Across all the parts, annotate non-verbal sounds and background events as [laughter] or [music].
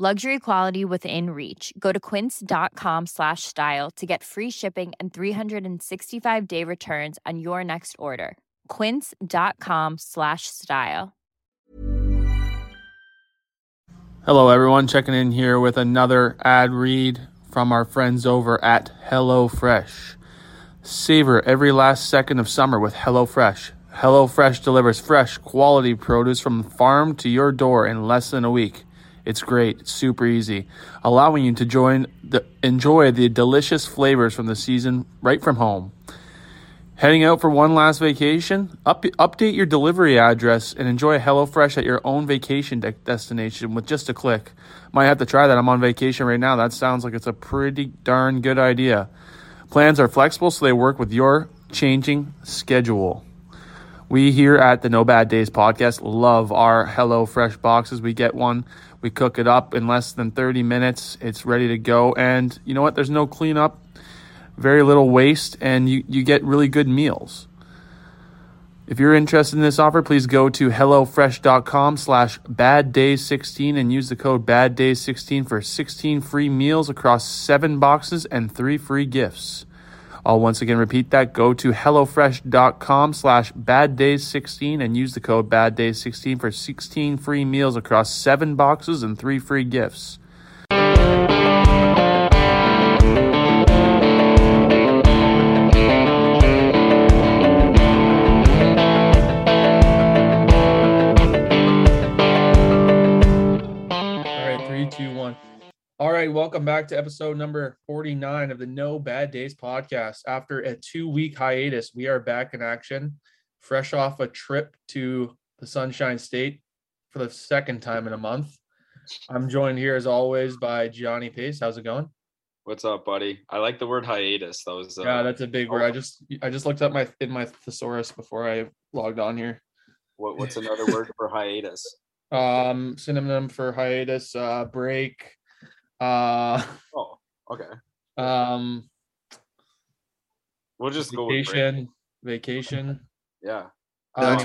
Luxury quality within reach. Go to quince.com slash style to get free shipping and 365 day returns on your next order. Quince.com slash style. Hello, everyone. Checking in here with another ad read from our friends over at HelloFresh. Savor every last second of summer with HelloFresh. HelloFresh delivers fresh, quality produce from the farm to your door in less than a week. It's great. It's super easy, allowing you to join the, enjoy the delicious flavors from the season right from home. Heading out for one last vacation? Up, update your delivery address and enjoy HelloFresh at your own vacation de- destination with just a click. Might have to try that. I'm on vacation right now. That sounds like it's a pretty darn good idea. Plans are flexible, so they work with your changing schedule. We here at the No Bad Days podcast love our HelloFresh boxes. We get one, we cook it up in less than 30 minutes. It's ready to go. And you know what? There's no cleanup very little waste, and you, you get really good meals. If you're interested in this offer, please go to HelloFresh.com slash BadDays16 and use the code BadDays16 for 16 free meals across 7 boxes and 3 free gifts. I'll once again repeat that. Go to HelloFresh.com slash BadDays16 and use the code BadDays16 for 16 free meals across 7 boxes and 3 free gifts. All right, three, two, one. All right, welcome back to episode number 49 of the No Bad Days podcast. After a two week hiatus, we are back in action, fresh off a trip to the Sunshine State for the second time in a month. I'm joined here as always by Gianni Pace. How's it going? What's up, buddy? I like the word hiatus. That was uh, yeah, that's a big word. I just I just looked up my in my thesaurus before I logged on here. what, [laughs] what's another word for hiatus? Um synonym for hiatus, uh break, uh [laughs] Oh, okay. um We'll just go with break. vacation, vacation. [laughs] yeah. Um,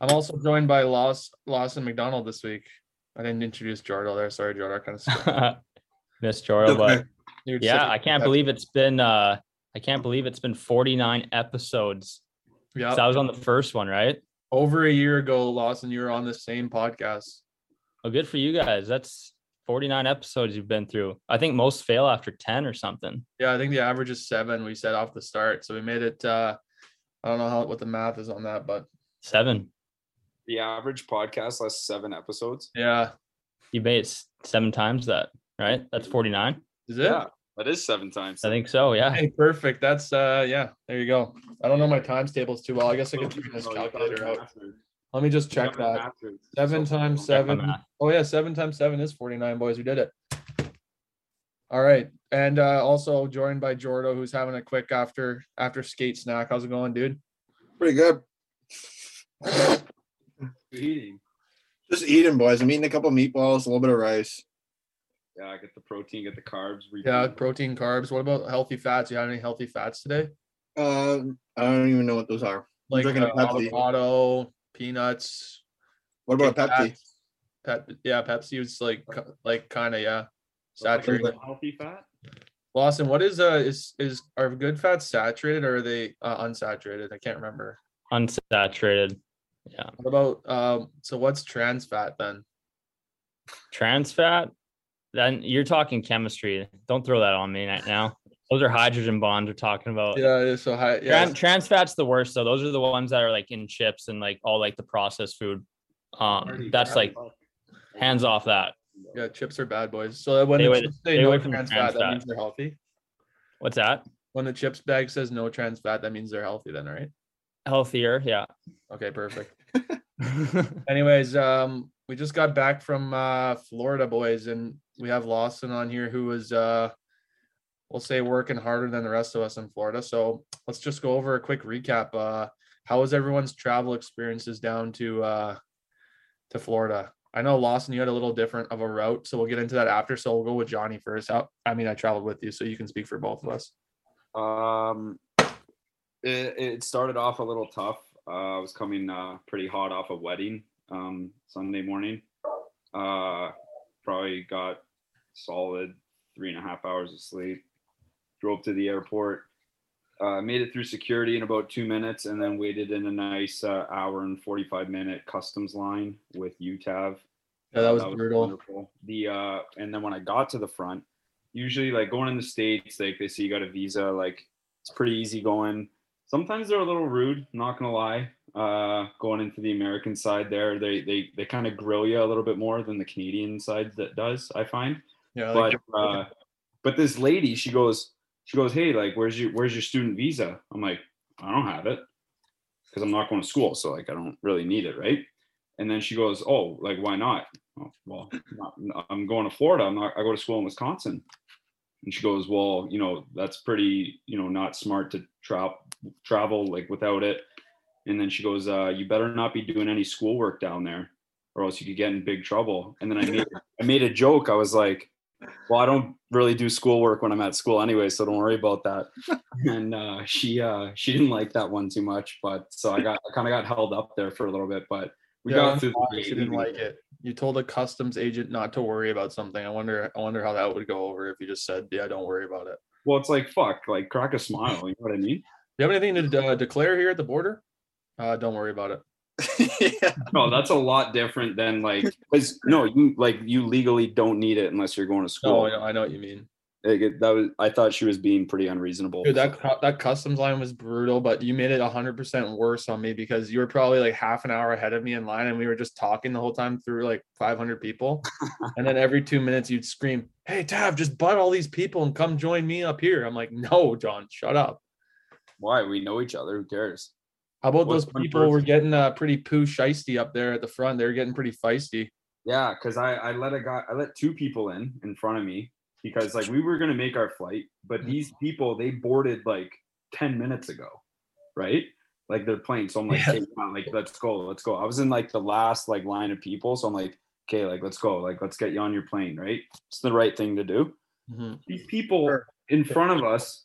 I'm also joined by Laws, Lawson McDonald this week. I didn't introduce Jardel there. Sorry, Jardel. I kind of [laughs] skipped. Miss Joro, but You're yeah, sick. I can't believe it's been uh I can't believe it's been 49 episodes. [laughs] yeah. So I was on the first one, right? Over a year ago, Lawson, you were on the same podcast. Well, good for you guys. That's 49 episodes you've been through. I think most fail after 10 or something. Yeah, I think the average is seven. We said off the start, so we made it. uh I don't know how what the math is on that, but Seven. The average podcast lasts seven episodes. yeah, You made it s- seven times that, right? That's 49. is it? Yeah. That is seven times. I think so. Yeah. Hey, perfect. That's uh yeah. There you go. I don't know my times tables too well. I guess I Little could turn people this know Oh, you got it calculator out. mastered. You Let me just check got it that. mastered. Seven So- times Okay. seven. math. Oh yeah, seven times seven is forty-nine, boys. We did it. All right, and uh, also joined by Jordo, who's having a quick after after skate snack. How's it going, dude? Pretty good. You're eating. Just eating, boys. I'm eating a couple meatballs, a little bit of rice. Yeah, get the protein, get the carbs. Yeah, repeat. protein, carbs. What about healthy fats? You had any healthy fats today? Uh, I don't even know what those are. Like drinking uh, a Pepsi. avocado, peanuts. What about a Kit Pepsi? Kats. Pep- yeah, Pepsi was like co- like kind of yeah So like a saturated. Healthy fat. Lawson, what is uh is is are good fats saturated or are they uh, unsaturated? I can't remember. Unsaturated. Yeah. What about um? So what's trans fat then? Trans fat. Then you're talking chemistry. Don't throw that on me right now. Those are hydrogen bonds we're talking about. Yeah, so high. Yeah, Oh. Trans, trans fat's the worst though. Those are the ones that are like in chips and like all like the processed food. Um, Already that's fat like fuck. hands off that. Yeah, chips are bad boys. So that when Stay the away- chips stay say no away from trans trans fat, that fat. means they're healthy. What's that? When the chips bag says no trans fat, that means they're healthy then, right? Healthier, [laughs] yeah. Okay, perfect. Anyways, um, we just got back from uh Florida boys and we have Lawson on here who was uh we'll say working harder than the rest of us in Florida. So let's just go over a quick recap. Uh, how was everyone's travel experiences down to uh, to Florida? I know Lawson, you had a little different of a route, so we'll get into that after. So we'll go with Johnny first. How, I mean, I traveled with you, so you can speak for both of us. Um, it, it started off a little tough. Uh, I was coming uh, pretty hot off a wedding um, Sunday morning. Uh, probably got solid three and a half hours of sleep. Drove to the airport, uh, made it through security in about two minutes, and then waited in a nice uh, hour and 45 minute customs line with UTAV. Yeah, that was brutal. Uh, wonderful. The uh, and then when I got to the front, usually like going in the states, like they say you got a visa, like it's pretty easy going. Sometimes they're a little rude, not gonna lie. Uh, going into the American side there, they they they kind of grill you a little bit more than the Canadian side that does. I find Yeah, like, but uh, but this lady, she goes, she goes, hey, like, where's your where's your student visa? I'm like, I don't have it because I'm not going to school, so like, I don't really need it, right? And then she goes, oh, like, why not? Oh, well, not- I'm going to Florida. I'm not, I go to school in Wisconsin. And she goes, well, you know, that's pretty, you know, not smart to tra- travel like without it. And then she goes, uh, you better not be doing any schoolwork down there, or else you could get in big trouble. And then I [laughs] made, I made a joke. I was like, well, I don't really do schoolwork when I'm at school anyway, so don't worry about [laughs] that. and uh, she uh, she didn't like that one too much, but so I got I kind of got held up there for a little bit, but we yeah, I got was through. the surprised you didn't like it. You told a customs agent not to worry about something. I wonder, I wonder how that would go over if you just said, "Yeah, don't worry about it." Well, it's like fuck, like crack a smile. You know what I mean? Do you have anything to uh, declare here at the border? Uh, don't worry about it. [laughs] yeah. No, that's a lot different than like 'cause, no, you like you legally don't need it unless you're going to No, school. I know, I know what you mean. Like, it- that was I thought she was being pretty unreasonable. Dude, that cu- that customs line was brutal, but you made it hundred percent worse on me because you were probably like half an hour ahead of me in line, and we were just talking the whole time through like five hundred [laughs] people, and then every two minutes you'd scream, "Hey, Tav, just butt all these people and come join me up here." I'm like, "No, John, shut up." Why we know each other? Who cares? How about What's those one people were person? getting uh, pretty poo shisty up there at the front? They're getting pretty feisty. Yeah, because I, I let a guy I let two people in in front of me because like we were gonna make our flight, but Mm-hmm. these people they boarded like ten minutes ago, right? Like they're playing. So I'm like, Yeah. "Hey, come on, like let's go, let's go. I was in like the last like line of people, so I'm like, okay, like let's go, like let's get you on your plane, right? It's the right thing to do. These people Sure. in front of us,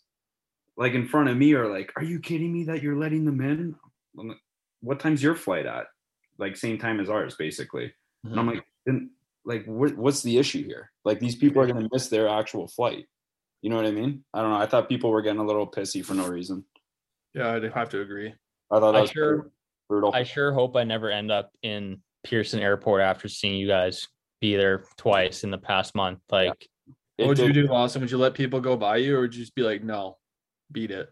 like in front of me, are like, are you kidding me that you're letting them in? I'm like, what time's your flight at? Like same time as ours, basically. And Hmm. I'm like, then like, what, what's the issue here? Like, these people are going to miss their actual flight. You know what I mean? I don't know. I thought people were getting a little pissy for no reason. Yeah, I'd have to agree. I thought that I was sure- pretty brutal. I sure hope I never end up in Pearson Airport after seeing you guys be there twice in the past month. Like, It What would you did- do, Austin? Would you let people go by you, or would you just be like, "No, beat it"?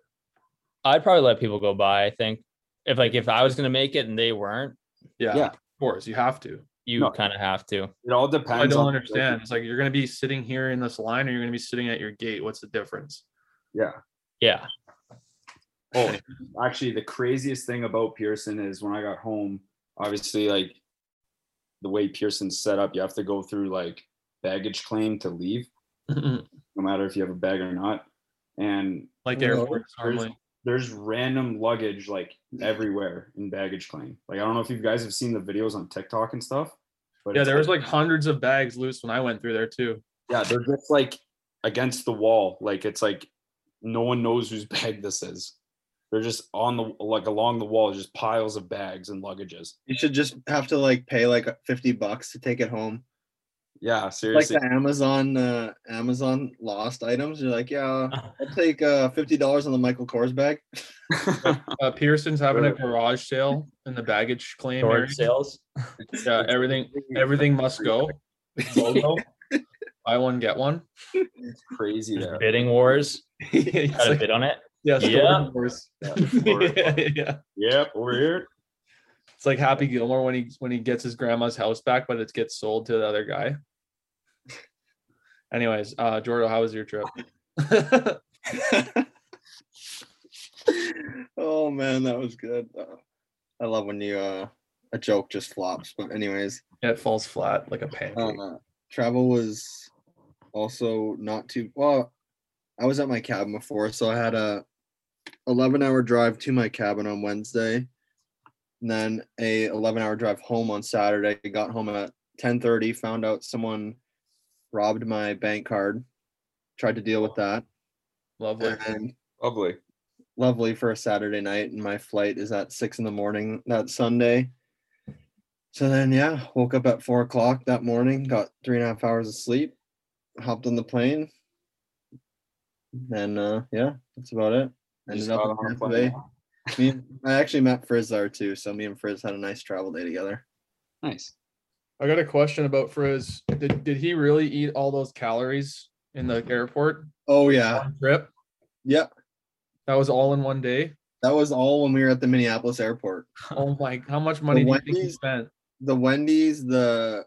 I'd probably let people go by. I think if like if I was gonna make it and they weren't, Yeah, Yeah. of course you have to. you No. kind of have to. It all I, depends. don't on- understand. It's like you're gonna be sitting here in this line, or you're gonna be sitting at your gate. What's the difference? yeah. [laughs] Yeah, Oh, actually, the craziest thing about Pearson is when I got home, obviously, like the way Pearson's set up, you have to go through like baggage claim to leave, no matter if you have a bag or not. And like No, airports there's- normally. there's random luggage like everywhere in baggage claim. Like I don't know if you guys have seen the videos on TikTok and stuff, but Yeah, it's- there was like hundreds of bags loose when I went through there too. [laughs] yeah, they're just like against the wall. Like it's like no one knows whose bag this is. They're just on the like along the wall, just piles of bags and luggages. You should just have to like pay like 50 bucks to take it home. Yeah, Like seriously. the Amazon uh Amazon lost items. You're like, yeah, I'll take uh fifty dollars on the Michael Kors bag. [laughs] [laughs] Uh, Pearson's having a Really? garage sale in the baggage claim area. storage sales. Yeah, everything everything must go. [laughs] Logo, buy one get [laughs] one. crazy There's there. bidding wars. It's Got a like- bid on it. yeah, Yeah. storage [laughs] wars. [laughs] Yeah. yeah, yeah. Yep, over here. It's like Happy Gilmore when he when he gets his grandma's house back, but it gets sold to the other guy. Anyways, uh Jordo, how was your [laughs] trip? oh man, that was good. Uh, I love when you uh a joke just flops. But anyways, it falls Oh. flat like a pancake. uh, travel was also not too well. I was at my cabin before, so I had a 11 hour drive to my cabin on Wednesday, and then a 11 hour drive home on Saturday. I got home at 10:30, found out someone robbed my bank card. Tried to deal with that. Lovely. And Lovely. lovely for a Saturday night, and my flight is at six in the morning that Sunday. So then, yeah, woke up at four o'clock that morning, got three and a half hours of sleep, hopped on the plane. Then, uh, yeah, that's about it. Ended Just up got in on a Tampa plane. Bay. [laughs] Me and- I actually met Frizz there too, so me and Frizz had a nice travel day together. Nice. I got a question about Frizz. Did, did he really eat all those calories in the airport Oh yeah, on trip? yeah, That was all in one day. that was all when we were at the Minneapolis airport. Oh my! How much money do you think he Wendy's- spent? The Wendy's, the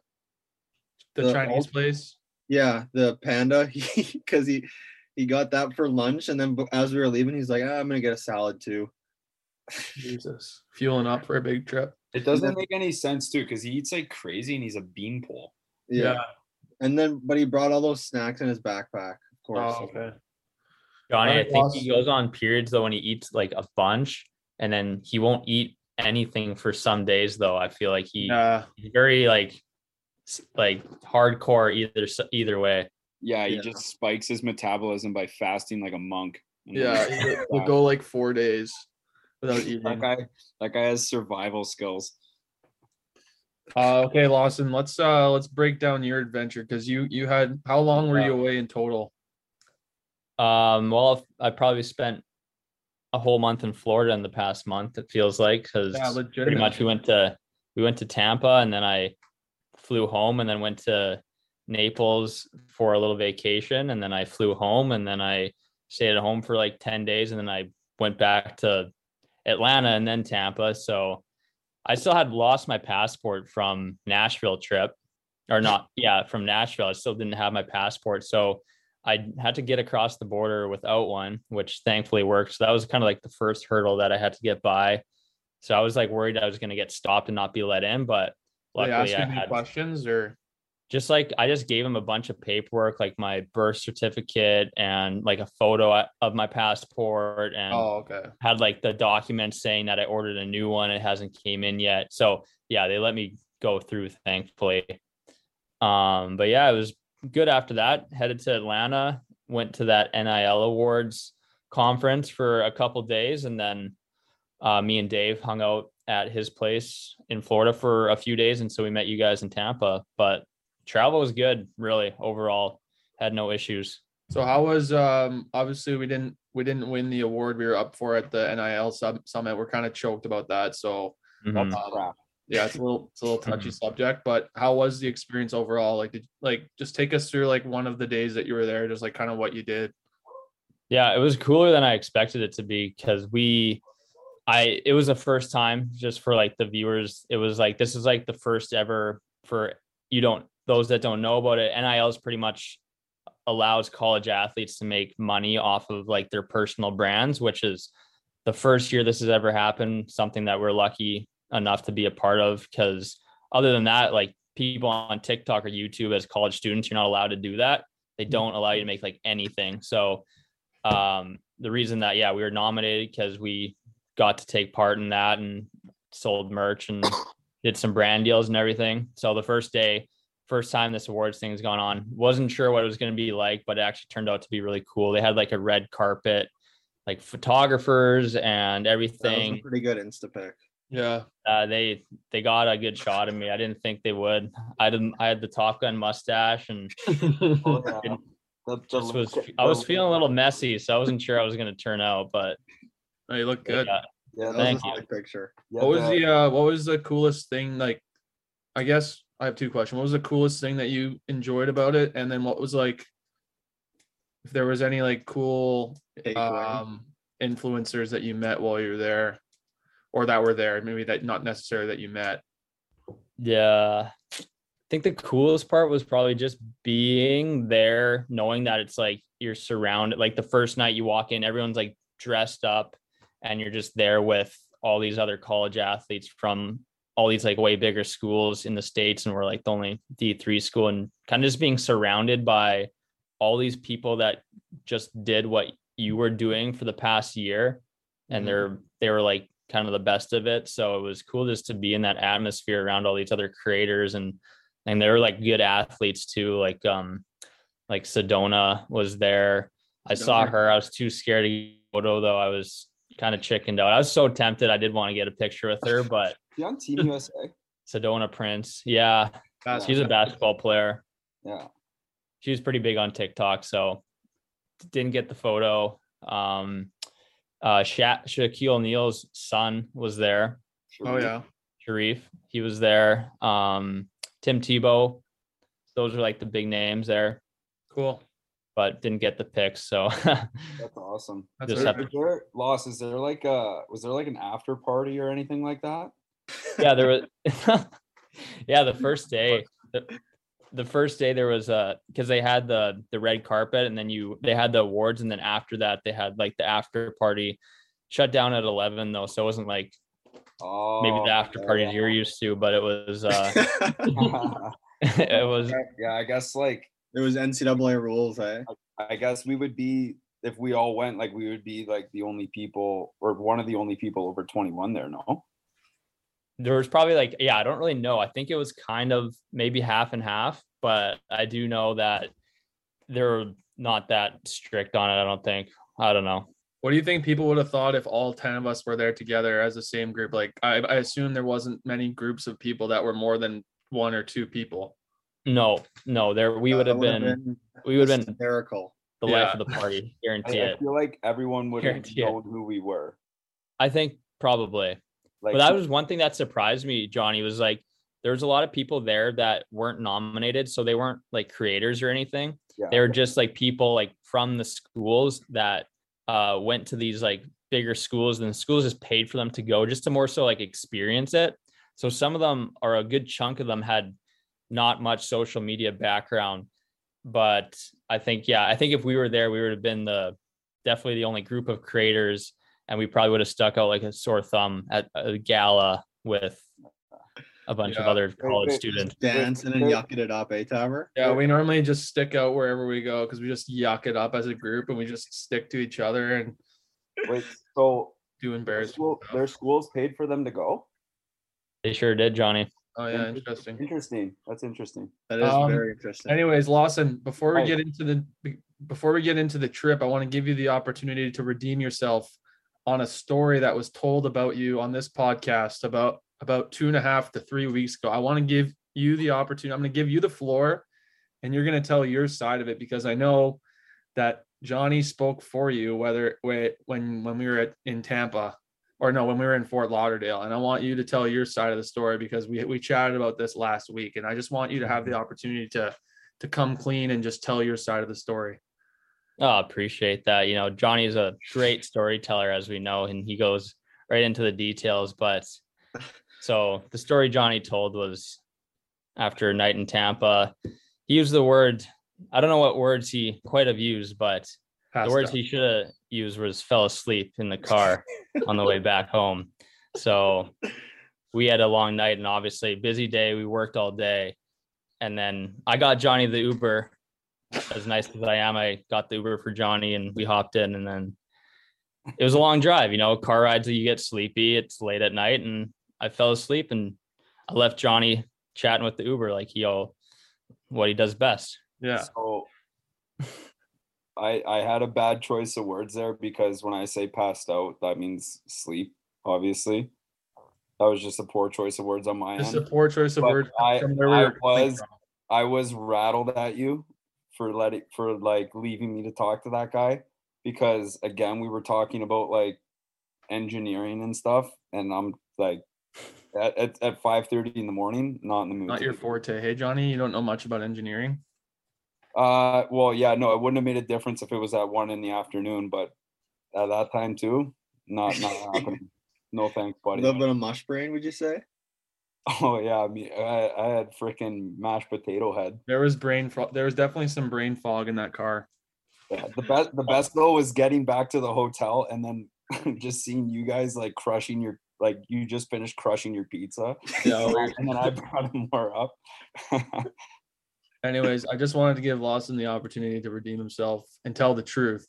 The, the Chinese Ul- place. Yeah, the panda, [laughs] because he he got that for lunch, and then b- as we were leaving, he's like, "Ah, "I'm gonna get a salad too." Jesus, fueling up for a big trip. It doesn't make any sense too, because he eats like crazy and he's a beanpole. Yeah. and then but he brought all those snacks in his backpack, of course. Oh, okay. Johnny, I Alright, think boss. he goes on periods though when he eats like a bunch, and then he won't eat anything for some days though. I feel like he Nah. he's very like s- like hardcore either s- either way. Yeah, he Yeah. just spikes his metabolism by fasting like a monk. And Yeah, then- [laughs] he'll- he'll go like four days without That eating. guy, that guy has survival skills. Uh, okay, Lawson, let's uh let's break down your adventure because you you had how long were you away in total? Um, well, I probably spent a whole month in Florida in the past month. It feels like because Yeah, pretty legitimate. much we went to we went to Tampa and then I flew home and then went to Naples for a little vacation and then I flew home and then I stayed at home for like 10 days and then I went back to Atlanta and then Tampa so I still had lost my passport from Nashville trip or not yeah from Nashville I still didn't have my passport so I had to get across the border without one which thankfully worked so that was kind of like the first hurdle that I had to get by so I was like worried I was going to get stopped and not be let in, but Were they luckily I asking you had questions or just like I just gave him a bunch of paperwork, like my birth certificate and like a photo of my passport and oh okay. had like the document saying that I ordered a new one. It hasn't came in yet. So yeah, they let me go through thankfully. Um, but yeah, it was good after that. Headed to Atlanta, went to that NIL awards conference for a couple days, and then uh, me and Dave hung out at his place in Florida for a few days, and so we met you guys in Tampa. But travel was good, really overall. Had no issues. So how was um obviously we didn't we didn't win the award we were up for at the NIL sub- summit. We're kind of choked about that. So Mhm. um, crap. yeah, it's a little it's a little touchy subject, but how was the experience overall? Like did like just take us through like one of the days that you were there, just like kind of what you did. Yeah, it was cooler than I expected it to be because we, I, it was the first time just for like the viewers. It was like this is like the first ever for you don't those that don't know about it. NIL is pretty much allows college athletes to make money off of like their personal brands, which is the first year this has ever happened. Something that we're lucky enough to be a part of because other than that, like people on TikTok or YouTube as college students, you're not allowed to do that. They Mm-hmm. don't allow you to make like anything. So um the reason that yeah we were nominated because we got to take part in that and sold merch [coughs] and did some brand deals and everything so the first day first time this awards thing's gone on wasn't sure what it was going to be like but it actually turned out to be really cool they had like a red carpet like photographers and That was everything a pretty good Insta pic. Yeah. uh, they they got a good shot of me i didn't think they would i didn't i had the top gun mustache and [laughs] [laughs] Oh, yeah. The- the look- just was i was the- feeling a little messy so i wasn't sure i was going to turn out but They look good. yeah, Yeah, That the- Thank was a sick picture. yeah, What was the uh what was the coolest thing like I guess I have two questions. What was the coolest thing that you enjoyed about it? And then what was like if there was any like cool Takeaway. uh, um influencers that you met while you were there or that were there, maybe that not necessarily that you met. Yeah. I think the coolest part was probably just being there, knowing that it's like you're surrounded. Like the first night you walk in, everyone's like dressed up, and you're just there with all these other college athletes from all these like way bigger schools in the States. And we're like the only D3 school, and kind of just being surrounded by all these people that just did what you were doing for the past year and they're they were like kind of the best of it so it was cool just to be in that atmosphere around all these other creators and and they were like good athletes too like um like sedona was there i saw Sedona. her i was too scared to photo though i was kind of chickened out i was so tempted i did want to get a picture with her but You on [laughs] Team USA? sedona prince yeah she's a basketball player Yeah. she was pretty big on TikTok, so didn't get the photo. Um, uh, Sha- Shaquille O'Neal's son was there, Oh yeah. Sharif. He was there. Um, Tim Tebow. Those are like the big names there, Cool. but didn't get the pics. So [laughs] That's awesome. That's Just all have right. Is there loss? Is there like a was there like an after party or anything like that? yeah, there was. [laughs] yeah, the first day, the, the first day there was a because they had the the red carpet and then you they had the awards and then after that they had like the after party, shut down at eleven though, so it wasn't like Oh, maybe the after parties you're used to, but it was uh, [laughs] [laughs] it was yeah, I guess like [laughs] it was NCAA rules, eh? I guess we would be if we all went like we would be like the only people or one of the only people over 21 there. No, there was probably like yeah, I don't really know. I think it was kind of maybe half and half, but I do know that they're not that strict on it. I don't think. I don't know. What do you think people would have thought if all 10 of us were there together as the same group? Like, I, I assume there wasn't many groups of people that were more than one or two people. No, no, there we Yeah, would that have been, we would have been hysterical. the Yeah. life of the [laughs] party, I, guarantee I it. feel like everyone would have Guarantee it. known who we were. I think probably. Like but that was one thing that surprised me, Johnny, was like there was a lot of people there that weren't nominated, so they weren't like creators or anything. Yeah. They were just like people like from the schools that uh went to these like bigger schools and the schools just paid for them to go just to more so like experience it. So some of them or a good chunk of them had not much social media background. But I think, yeah, I think if we were there, we would have been the definitely the only group of creators and we probably would have stuck out like a sore thumb at a gala with a bunch of Yeah. other college wait. students. Dancing and yucking it up, eh, Taver? Yeah, we normally just stick out wherever we go because we just yuck it up as a group and we just stick to each other and Wait, so do their, embarrassing. school, their schools paid for them to go. They sure did, Johnny. Oh, yeah, interesting. Interesting. That's interesting. That is Um, very interesting. Anyways, Lawson, before we Right. get into the be- before we get into the trip, I want to give you the opportunity to redeem yourself on a story that was told about you on this podcast about about two and a half to three weeks ago. I want to give you the opportunity. I'm going to give you the floor, and you're going to tell your side of it because I know that Johnny spoke for you whether whe- when when we were at, in Tampa or no when we were in Fort Lauderdale and I want you to tell your side of the story because we we chatted about this last week and I just want you to have the opportunity to to come clean and just tell your side of the story. Oh, appreciate that. You know, Johnny's a great storyteller, as we know, and he goes right into the details. But so the story Johnny told was after a night in Tampa, he used the word, I don't know what words he quite have used, but the Passed words out. he should have used was fell asleep in the car on the way back home. So we had a long night and obviously busy day. We worked all day. And then I got Johnny the Uber. As nice as I am, I got the Uber for Johnny and we hopped in and then it was a long drive, you know, car rides you get sleepy. It's late at night and I fell asleep and I left Johnny chatting with the Uber like he all what he does best. yeah. [laughs] So I I had a bad choice of words there because when I say passed out, that means sleep, obviously. That was just a poor choice of words on my This is end. a poor choice of But words I- from where we I were coming was- from. I was rattled at you for letting for like leaving me to talk to that guy because again we were talking about like engineering and stuff and I'm like at at, at 5:30 in the morning not in the mood. not to your be. forte. Hey Johnny, you don't know much about engineering. Uh well yeah no it wouldn't have made a difference if it was at 1 in the afternoon but at that time too not not [laughs] happening. No thanks a buddy. little bit of mush brain, would you say? [laughs] Oh yeah, I mean I, I had freaking mashed potato head. There was brain fog. There was definitely some brain fog in that [laughs] car. Yeah, the best the best though was getting back to the hotel and then [laughs] just seeing you guys like crushing your like you just finished [laughs] crushing your pizza. Yeah, and then I brought more up. [laughs] Anyways, I just wanted to give Lawson the opportunity to redeem himself and tell the truth.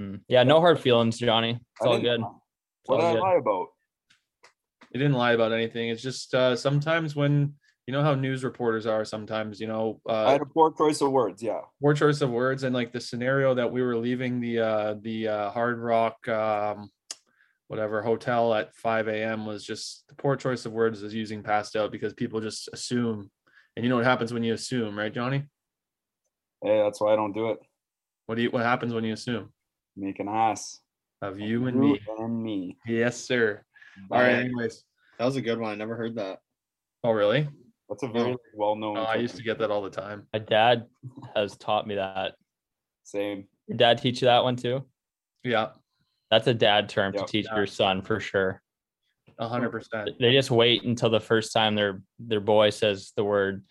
Mm. Yeah, no hard feelings, Johnny. It's [laughs] I all didn't good. lie. It's What did all I good. lie about? He didn't lie about anything. It's just uh, sometimes when you know how news reporters are. Sometimes you know I uh, had a poor choice of words. Yeah. poor choice of words and like the scenario that we were leaving the uh, the uh, Hard Rock um, whatever hotel at 5 a.m. was just the poor choice of words is using passed out because people just assume, and you know what happens when you assume, right, Johnny? Hey, that's why I don't do it. What do you? What happens when you assume Make an ass. of you and me? And me. Yes, sir. All Alright. right. Anyways. That was a good one. I never heard that. Oh, really? That's a very well-known. Oh, I term. used to get that all the time. My dad has taught me that. Same. Your dad teach you that one too? Yeah, That's a dad term Yep. to teach your son for sure. a hundred percent. They just wait until the first time their their boy says the word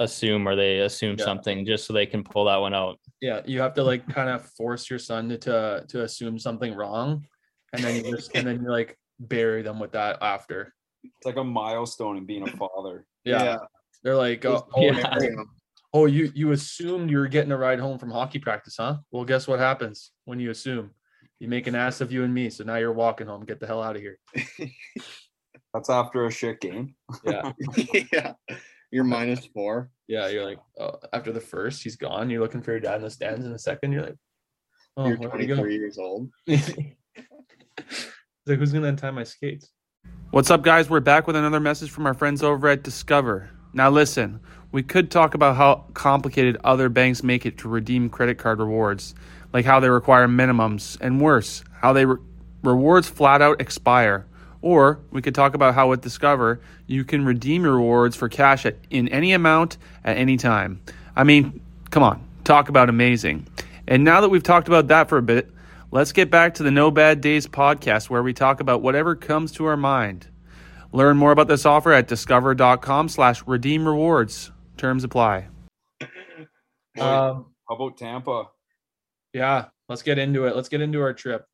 assume or they assume Yeah. something just so they can pull that one out. Yeah, you have to like kind of force your son to, to to assume something wrong, and then you just and then you like bury them with that after. It's like a milestone in being a father. Yeah, they're like, oh, oh, Yeah. Yeah. Damn. oh, you you assumed you were getting a ride home from hockey practice, huh? Well, guess what happens when you assume? You make an ass of you and me, so now you're walking home. Get the hell out of here. That's after a shit game. Yeah, yeah. You're minus four. yeah. You're like, oh, after the first, he's gone. You're looking for your dad in the stands. In a second, you're like, oh, You're where'd he go? [laughs] 23 years old. It's like, who's gonna untie my skates? What's up, guys? We're back with another message from our friends over at Discover. Now, listen, we could talk about how complicated other banks make it to redeem credit card rewards, like how they require minimums, and worse, how they re- rewards flat out expire. Or we could talk about how with Discover, you can redeem your rewards for cash at, in any amount at any time. I mean, come on, talk about amazing. And now that we've talked about that for a bit, let's get back to the No Bad Days podcast where we talk about whatever comes to our mind. Learn more about this offer at discover.com slash redeem rewards. Terms apply. Um, How about Tampa? yeah, let's get into it. Let's get into our trip.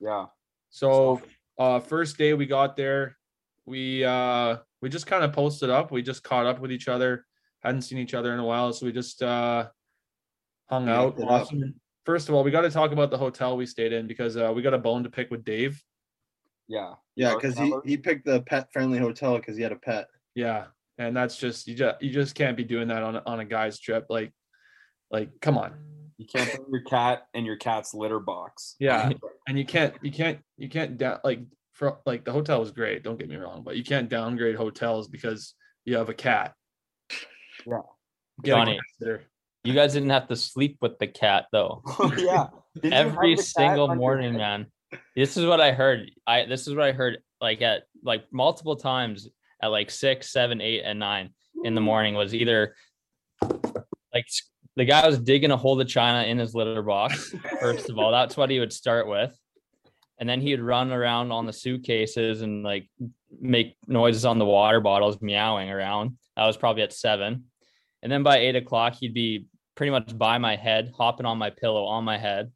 Yeah. So, uh, first day we got there, we uh, we just kind of posted up. We just caught up with each other. Hadn't seen each other in a while, so we just uh, hung Yeah, out. hit up. Awesome. First of all, we got to talk about the hotel we stayed in because uh, we got a bone to pick with Dave. Yeah. Yeah, Dark because he, colors? he picked the pet friendly hotel because he had a pet. Yeah, and that's just you just you just can't be doing that on a- on a guy's trip. Like, like come on. You can't put your cat in your cat's litter box. Yeah, and you can't you can't you can't down like for like the hotel was great. Don't get me wrong, but you can't downgrade hotels because you have a cat. Yeah. You gotta Johnny. consider- You guys didn't have to sleep with the cat though. [laughs] yeah. Did you have Every the cat single on your morning, bed? man. This is what I heard. I this is what I heard like at like multiple times at like six, seven, eight, and nine in Hmm. the morning was either like s- the guy was digging a hole to China in his [laughs] litter box. First of all, that's what he would start with. And then he'd run around on the suitcases and like make noises on the water bottles, meowing around. That was probably at seven. And then by eight o'clock, he'd be pretty much by my head, hopping on my pillow on my head.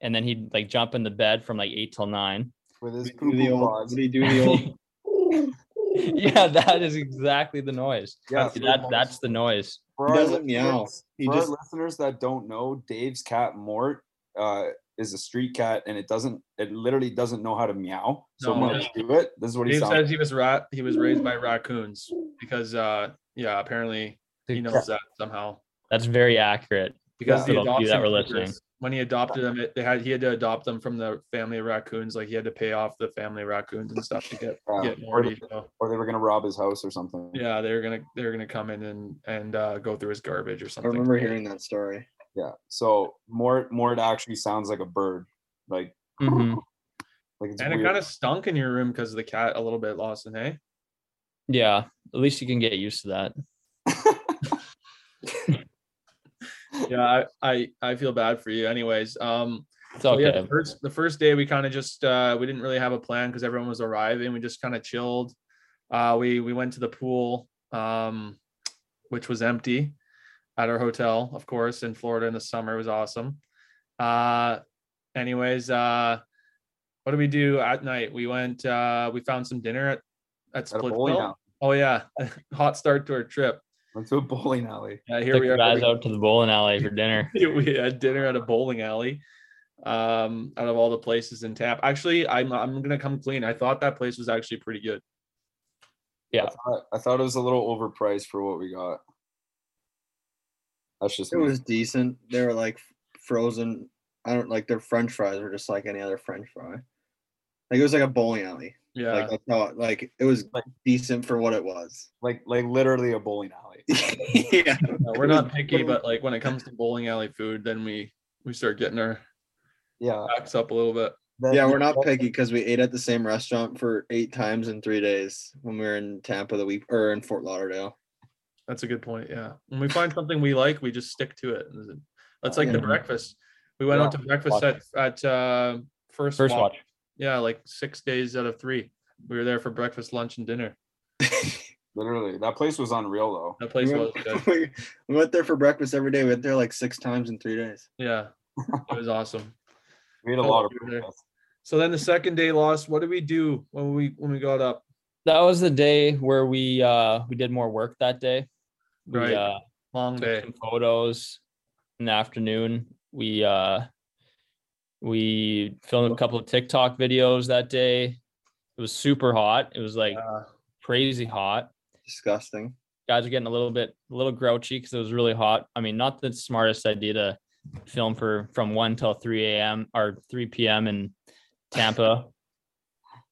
And then he'd like jump in the bed from like eight [laughs] till nine. With his Do the poo old, paws. did he do the [laughs] old? yeah, that is exactly the noise. Yeah. See, that, that's the noise. for He our doesn't meow. listeners- He for just- our listeners that don't know, Dave's cat Mort uh, is a street cat, and it doesn't. It literally doesn't know how to meow. So No, when no. I do it, this is what he Dave sounds. says he was rat. He was raised by raccoons because uh yeah apparently he knows that somehow That's very accurate. because the Yeah. For those of you adoption that were papers, listening. when he adopted them it, they had he had to adopt them from the family of raccoons like he had to pay off the family of raccoons and stuff to get Yeah. get Morty. So, uh, Or they were gonna rob his house or something. yeah, they were gonna they were gonna come in and and uh, go through his garbage or I something. remember hearing that story. Yeah. So Mort Mort actually sounds like a bird. Like Mhm. like it's and it weird. kind of stunk in your room because of the cat a little bit, Lawson. [laughs] Hey, Yeah, at least you can get used to that. yeah, I, I I feel bad for you. Anyways, um, It's so okay. yeah, the first the first day we kind of just uh we didn't really have a plan because everyone was arriving. We just kind of chilled. Uh, we we went to the pool, um, which was empty at our hotel, of course, in Florida in the summer. It was awesome. Uh, anyways, uh, what did we do at night? We went. Uh, we found some dinner at at At a Splitsville. [laughs] bowling alley. Oh yeah, hot start to our trip. Went to a bowling alley. Yeah, here Took we the are. guys [laughs] out to the bowling alley for dinner. we had dinner at a bowling alley. Um, out of all the places in Tampa, actually, I'm I'm gonna come clean. I thought that place was actually pretty good. I thought, I thought it was a little overpriced for what we got. That's just It me. was decent. They were like frozen. I don't like their French fries were just like any other French fry. Like it was like a bowling alley. Yeah, Like that's how. Like it was decent for what it was. [laughs] like like literally a bowling alley. yeah. No, we're not picky, but like when it comes to bowling alley food, then we we start getting our Yeah. backs up a little bit. that- Yeah, we're not picky because we ate at the same restaurant for eight times in three days when we were in Tampa the week or in Fort Lauderdale. That's a good point. Yeah, when we find something we like, we just stick to it. That's like the Yeah. breakfast. We went out to breakfast at at Watch. uh, first, First Watch. watch. Yeah, like six days out of three, we were there for breakfast, lunch, and dinner. Literally, that place was unreal though. That place we, was went, [laughs] good. we, went there for breakfast every day. We went there like six times in three days. [laughs] Yeah, it was awesome. We had a Oh, lot of. we were there. breakfast. So then the second day lost. What did we do when we when we got up? That was the day where we uh we did more work that day. We, Right, uh, long took day. some photos in the afternoon. We uh we filmed a couple of TikTok videos that day. It was super hot. It was like Yeah. crazy hot. Disgusting. Guys were getting a little bit a little grouchy because it was really hot. I mean, not the smartest idea to film for from one till three a.m. or three p.m. in Tampa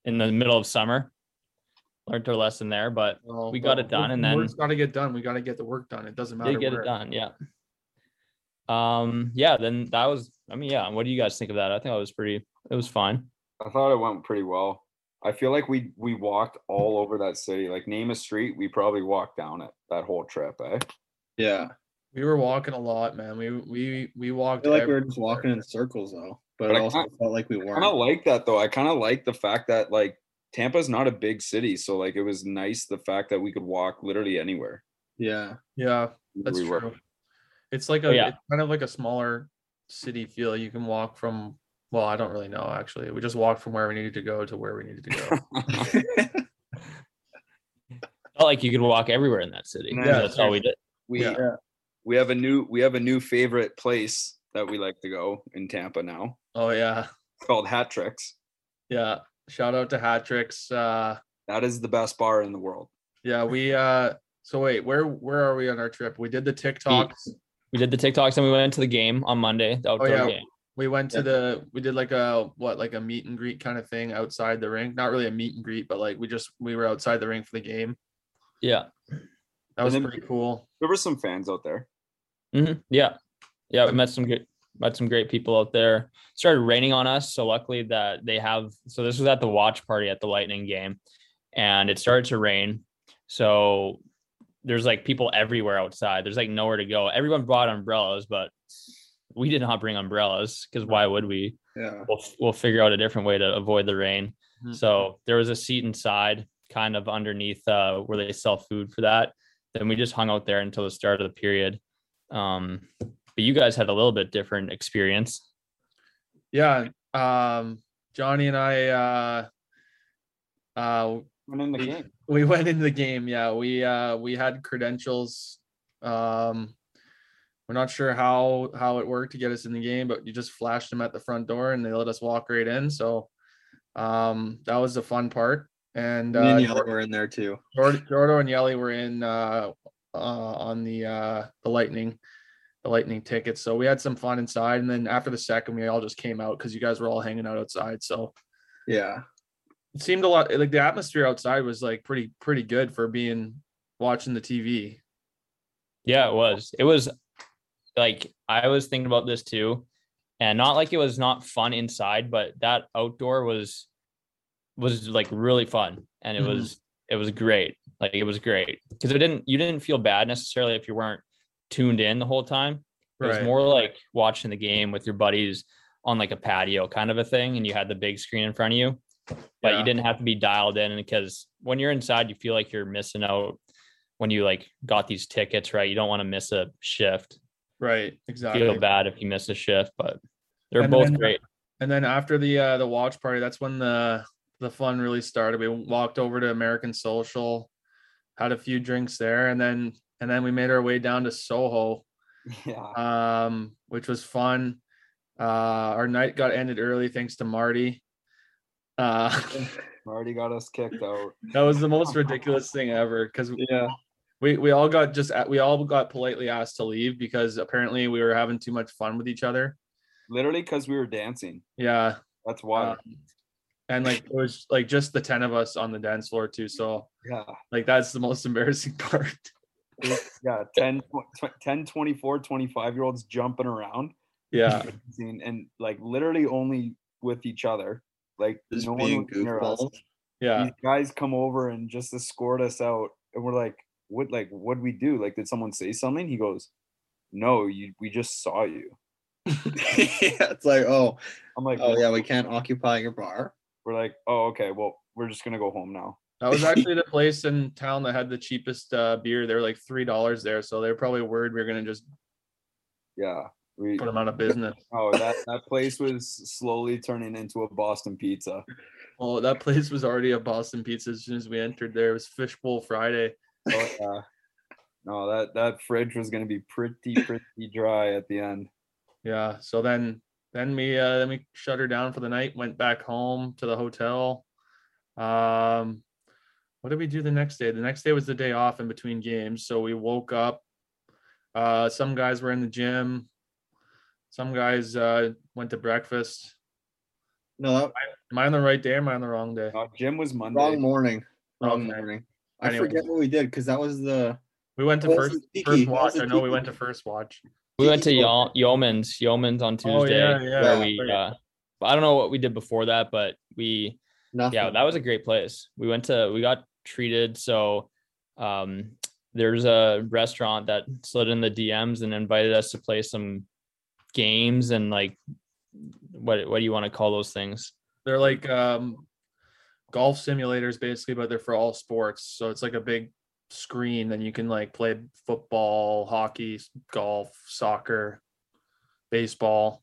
in the middle of summer. Learned our lesson there, but Well, we got but it done, and work's then- gotta get done. We gotta get the work done. It doesn't matter. did get where. it done. Yeah. Um. Yeah. Then that was. I mean. Yeah. What do you guys think of that? I think I was pretty. It was fine. I thought it went pretty well. I feel like we we walked all over that city. Like name a street, we probably walked down it that whole trip. Eh? Yeah. We were walking a lot, man. We we we I walked. feel like we were everywhere. just walking in circles though, but, But it I also can't- felt like we Kind of weren't. like that though. I kind of like the fact that like Tampa's not a big city, so like it was nice the fact that we could walk literally anywhere. Yeah. Yeah, that's we true. were. It's like Oh, a yeah. it's kind of like a smaller city feel. You can walk from. Well, I don't really know actually. We just walked from where we needed to go to where we needed to [laughs] go. Felt like you could walk everywhere in that city. 'cause Yeah, that's all we did. [laughs] We Yeah. we have a new we have a new favorite place that we like to go in Tampa now oh yeah, called Hat Tricks. yeah. Shout out to Hatrix. Uh, That is the best bar in the world. yeah, we. uh So wait, where where are we on our trip? We did the TikToks. We did the TikToks and we went to the game on Monday. The outdoor yeah. game. We went to Yeah. the we did like a what like a meet and greet kind of thing outside the rink. Not really a meet and greet, but like we just we were outside the rink for the game. Yeah. That was then- pretty cool. There were some fans out there. hmm Yeah. Yeah. We met some good. Met some great people out there. Started raining on us, so luckily that they have. So this was at the watch party at the Lightning game, and it started to rain. So there's like people everywhere outside. There's like nowhere to go. Everyone brought umbrellas, but we did not bring umbrellas because why would we? Yeah. We'll we'll figure out a different way to avoid the rain. Mhm. So there was a seat inside, kind of underneath uh, where they sell food for that. Then we just hung out there until the start of the period. Um, but you guys had a little bit different experience. Yeah. Um Johnny and I uh uh Went [laughs] in the Hey. game. we went into the game. Yeah, we uh we had credentials. Um we're not sure how how it worked to get us in the game, but you just flashed them at the front door and they let us walk right in. So um that was the fun part. And Me and uh the other were in there too. Jord- Jordo and Yelly were in uh, uh, on the uh, the Lightning, the Lightning tickets. So we had some fun inside, and then after the second, we all just came out because you guys were all hanging out outside. So Yeah. [laughs] it seemed a lot like the atmosphere outside was like pretty pretty good for being watching the TV. Yeah, it was. It was like I was thinking about this too, and not like it was not fun inside, but that outdoor was was like really fun, and it Mhm. was it was great. Like it was great because it didn't you didn't feel bad necessarily if you weren't tuned in the whole time. It was more like watching the game with your buddies on like a patio kind of a thing, and you had the big screen in front of you, but Yeah. you didn't have to be dialed in because when you're inside, you feel like you're missing out. When you like got these tickets, right? You don't want to miss a shift. right, You exactly. Feel bad if you miss a shift, but they're And both then- uh, great. And then after the uh, the watch party, that's when the the fun really started. We walked over to American Social, had a few drinks there, and then and then we made our way down to Soho, Yeah. um, which was fun. Uh, our night got ended early thanks to Marty. Uh, [laughs] Already got us kicked out. that was the most ridiculous thing ever because Yeah. we we all got just uh, we all got politely asked to leave because apparently we were having too much fun with each other. Literally because we were dancing. Yeah, That's why. Uh, and like it was like just the 10 of us on the dance floor too so yeah. like that's the most [laughs] embarrassing part Yeah. 10, tw- tw- 10 24, 25 year olds jumping around. yeah dancing And like literally only with each other. Like Just no one being was near us. goofballs. yeah These guys come over and just escort us out. And we're like, what like what'd we do? Like, did someone say something? He goes, No, you we just saw you. yeah. It's like, oh, I'm like, oh yeah, we can't occupy your bar. we're like, oh, okay, well, we're just gonna go home now. that was actually the place in town that had the cheapest uh, beer they were like three dollars there so they were probably worried we were gonna just Yeah. We put them out of business oh that, that place was slowly turning into a Boston pizza. oh that place was already a boston pizza as soon as we entered there it was fishbowl friday Oh yeah. No, that that fridge was gonna be pretty, pretty dry at the end. yeah so then then we uh then we shut her down for the night went back home to the hotel um what did we do the next day the next day was the day off in between games so we woke up uh some guys were in the gym some guys uh went to breakfast No, that am i on the right day or am i on the wrong day Uh, Jim was Monday. wrong morning. Wrong Okay. morning. I Anyway. forget what we did because that was the we went to Oh, this first is Tiki. first That watch was i a know we Tiki. went to first watch We went [laughs] to Tiki Yeom- Yeoman's Yeoman's on Tuesday. oh yeah where yeah we, right. uh, I don't know what we did before that, but we nothing. yeah that was a great place we went to we got treated so um there's a restaurant that slid in the dms and invited us to play some games and like what what do you want to call those things they're like um golf simulators basically but they're for all sports so it's like a big screen then you can like play football hockey s- golf soccer baseball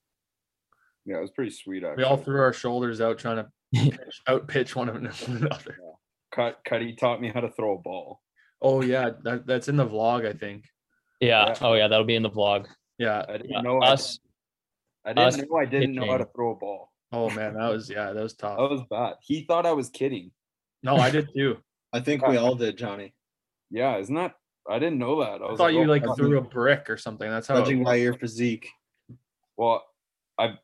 Yeah, it was pretty sweet we actually. all threw our shoulders out trying to pitch, out pitch one of- [laughs] one another Cut Cuddy taught me how to throw a ball. oh yeah that, that's in the vlog i think yeah, Yeah. oh yeah that'll be in the vlog yeah I didn't Yeah, know I, us I us didn't know I didn't know how to pitching. throw a ball. oh man that was yeah that was That tough was bad. He thought I was kidding. no i did [laughs] too I think we all did, Johnny. Yeah, isn't that? I didn't know that. I, i was thought you oh, like fuck." threw a brick or something that's how it, Judging by your physique. Well, I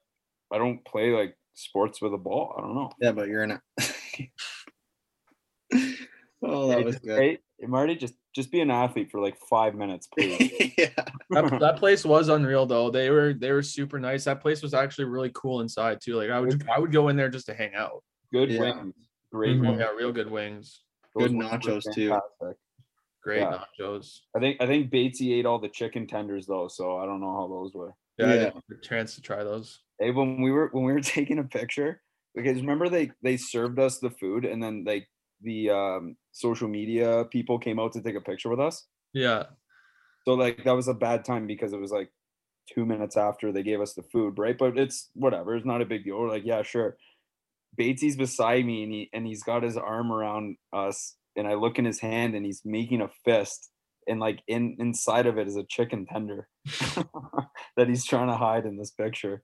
I don't play like sports with a ball. I don't know. Yeah, but you're not. [laughs] oh, Hey, that was good. hey, Marty, just just be an athlete for like five minutes, please. [laughs] yeah. [laughs] that, that place was unreal though. They were they were super nice. That place was actually really cool inside too. Like I would I would go in there just to hang out. Good Yeah. Mm-hmm. wings, great Mhm. Oh, wings. yeah, real good wings, Those Good wings were nachos, too. fantastic. great Yeah. nachos. I think I think Batesy ate all the chicken tenders though, so I don't know how those were. Yeah, I Yeah. didn't have a chance to try those. Hey, when we were when we were [laughs] taking a picture, because remember they they served us the food and then like the um, social media people came out to take a picture with us. Yeah, So like that was a bad time because it was like two minutes after they gave us the food, right? But it's whatever. It's not a big deal. We're like, yeah, sure. Batesy's beside me and he and he's got his arm around us and I look in his hand and he's making a fist and like in inside of it is a chicken tender [laughs] that he's trying to hide in this picture.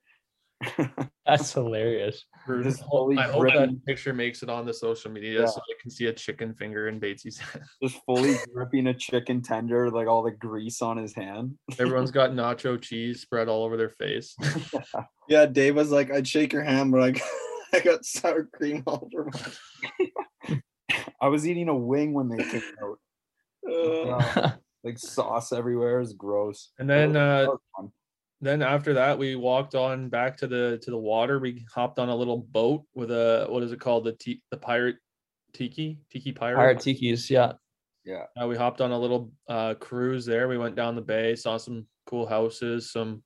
that's hilarious Just Ho- fully I hope gripping, that picture makes it on the social media Yeah. so I can see a chicken finger in Batesy's [laughs] hand. just fully gripping a chicken tender, like all the grease on his hand. [laughs] Everyone's got nacho cheese spread all over their face. Yeah, Dave was like, I'd shake your hand, but I got, [laughs] I got sour cream all over my. [laughs] I was eating a wing when they came out. Uh, [laughs] Yeah, like sauce everywhere is gross. And then uh, That was fun. then after that we walked on back to the to the water we hopped on a little boat with a what is it called the t- the pirate tiki tiki pirate, pirate tikis yeah Uh, we hopped on a little uh cruise there we went down the bay saw some cool houses some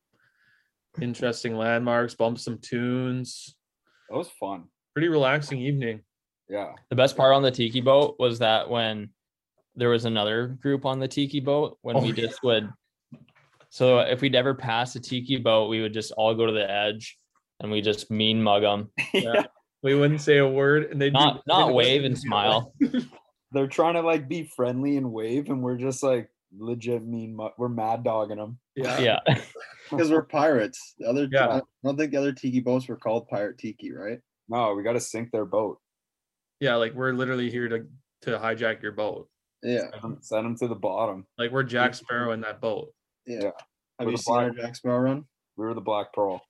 interesting landmarks bumped some tunes That was fun. pretty relaxing evening [laughs] Yeah. the best part on the tiki boat was that when there was another group on the tiki boat when Oh, we yeah. just would so if we'd ever pass a tiki boat we would just all go to the edge and we just mean mug them Yeah. we wouldn't say a word and they [laughs] not not wave and smile They're trying to like be friendly and wave, and we're just like, legit mean mu- we're mad dogging them. Yeah. because we're pirates. The other, Yeah. I don't think the other tiki boats were called pirate tiki, right? No, we got to sink their boat. Yeah, like we're literally here to to hijack your boat. Yeah, Send 'em- Send them to the bottom. Like we're Jack Sparrow in that boat. yeah. Yeah. With Have you the seen our black- Jack Sparrow run? We were the Black Pearl.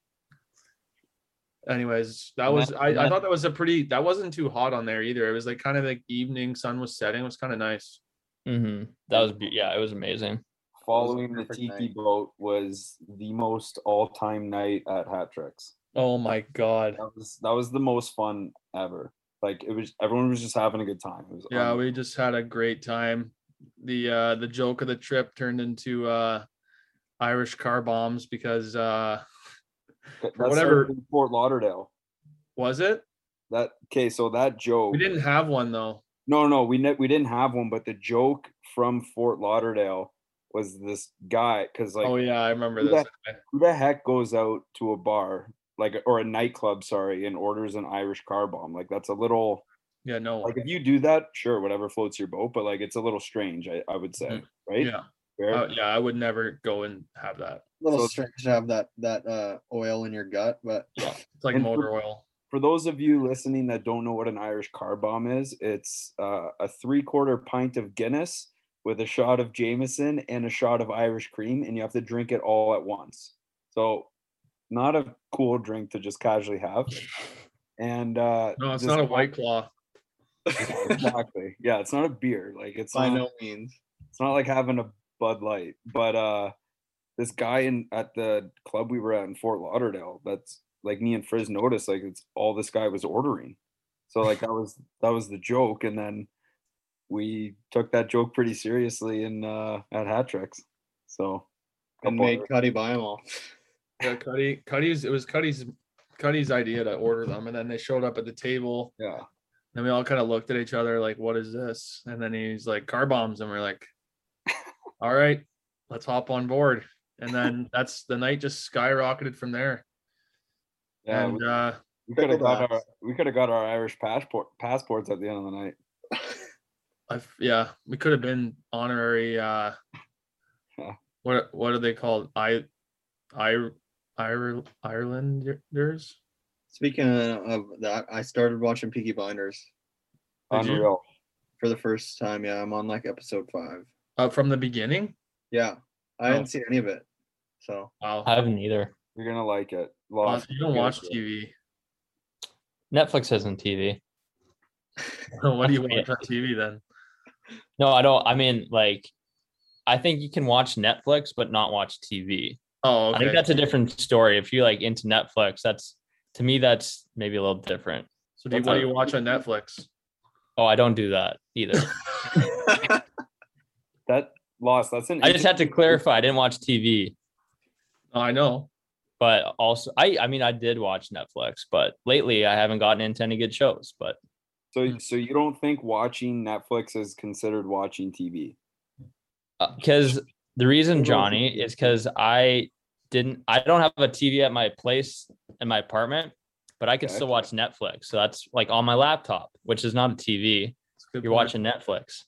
Anyways, that And was that- I, and I that- thought that was a pretty that wasn't too hot on there either. It was like kind of like evening, sun was setting. It was kind of nice. hmm That was be- yeah, it was amazing. Following the perfect tiki night. boat was the most all-time night at Hat Tricks. Oh my god. That was that was the most fun ever. Like it was, everyone was just having a good time. It was Yeah, unreal. we just had a great time. The uh the joke of the trip turned into uh Irish car bombs because uh Th- for that started whatever- in Fort Lauderdale. was it? That okay, so that joke. We didn't have one though. No, no, we ne- we didn't have one, but the joke from Fort Lauderdale was this guy because like oh yeah, I remember who this. who the heck goes out to a bar like or a nightclub, sorry, and orders an Irish car bomb? Like that's a little Yeah, no one. like if you do that, sure, whatever floats your boat, but like it's a little strange, I, I would say, Mhm. right? Yeah. Fair? Uh, yeah, I would never go and have that. A little So- strange to have that that uh, oil in your gut, but It's like And- motor oil. For those of you listening that don't know what an Irish car bomb is, it's uh, a three quarter pint of Guinness with a shot of Jameson and a shot of Irish cream, and you have to drink it all at once. So, not a cool drink to just casually have. [laughs] And uh, No, it's this not a guy- white claw. Yeah, exactly. Yeah, it's not a beer. Like it's [laughs] by not, no means. it's not like having a Bud Light, but uh this guy in at the club we were at in Fort Lauderdale, that's like me and Frizz noticed like it's all this guy was ordering. So like that was that was the joke and then we took that joke pretty seriously in uh at Hat Tricks. So And couple made other- Cuddy buy them all. Yeah, Cuddy, Cuddy's it was Cuddy's Cuddy's idea to order them, and then they showed up at the table, yeah. and we all kind of looked at each other like, "What is this?" And then he's like, "Car bombs," and we're like, [laughs] "All right, let's hop on board." And then that's the night just skyrocketed from there. Yeah, and we, uh, could have got Pickleback. our we could have got our Irish passport passports at the end of the night. I've, yeah, we could have been honorary. Uh, Yeah. what what are they called? I, I, Ire, Irelanders. Speaking of that, I started watching Peaky Blinders Did you? Unreal. for the first time. Yeah, I'm on like episode five. Uh, from the beginning. Yeah, I Oh. didn't see any of it. [laughs] So Wow. I haven't either. You're gonna like it. Wow, Lost, you don't you're gonna watch like it. TV. Netflix isn't TV. [laughs] what do you Yeah. watch on TV then? No, I don't. I mean, like, I think you can watch Netflix but not watch TV. Oh, I think okay. that's a different story. If you're like into Netflix, that's to me that's maybe a little different. So, do you, that's what do how- you watch on Netflix? Oh, I don't do that either. That lost. That's an I just had to interesting- clarify. I didn't watch TV, Oh, I know. but also I. I mean, I did watch Netflix, but lately I haven't gotten into any good shows. But So, Mm. so you don't think watching Netflix is considered watching TV? because uh, the reason Johnny is because I didn't I don't have a TV at my place in my apartment, but I can still watch Netflix. So that's like on my laptop, which is not a TV. It's a good You're point. watching Netflix.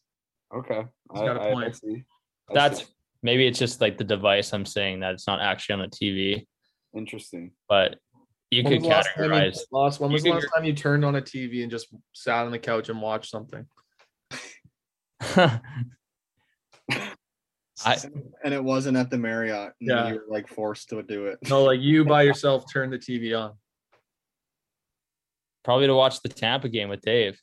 Okay, He's got a I point. see. I That's see. maybe it's just like the device I'm saying that it's not actually on the TV, interesting. but you When could was the last time you- categorize. Last when you was the could- last time you turned on a TV and just sat on the couch and watched something? [laughs] I- and it wasn't at the Marriott. And Yeah. you were like forced to do it. [laughs] No, like you by yourself turned the TV on. probably to watch the Tampa game with Dave.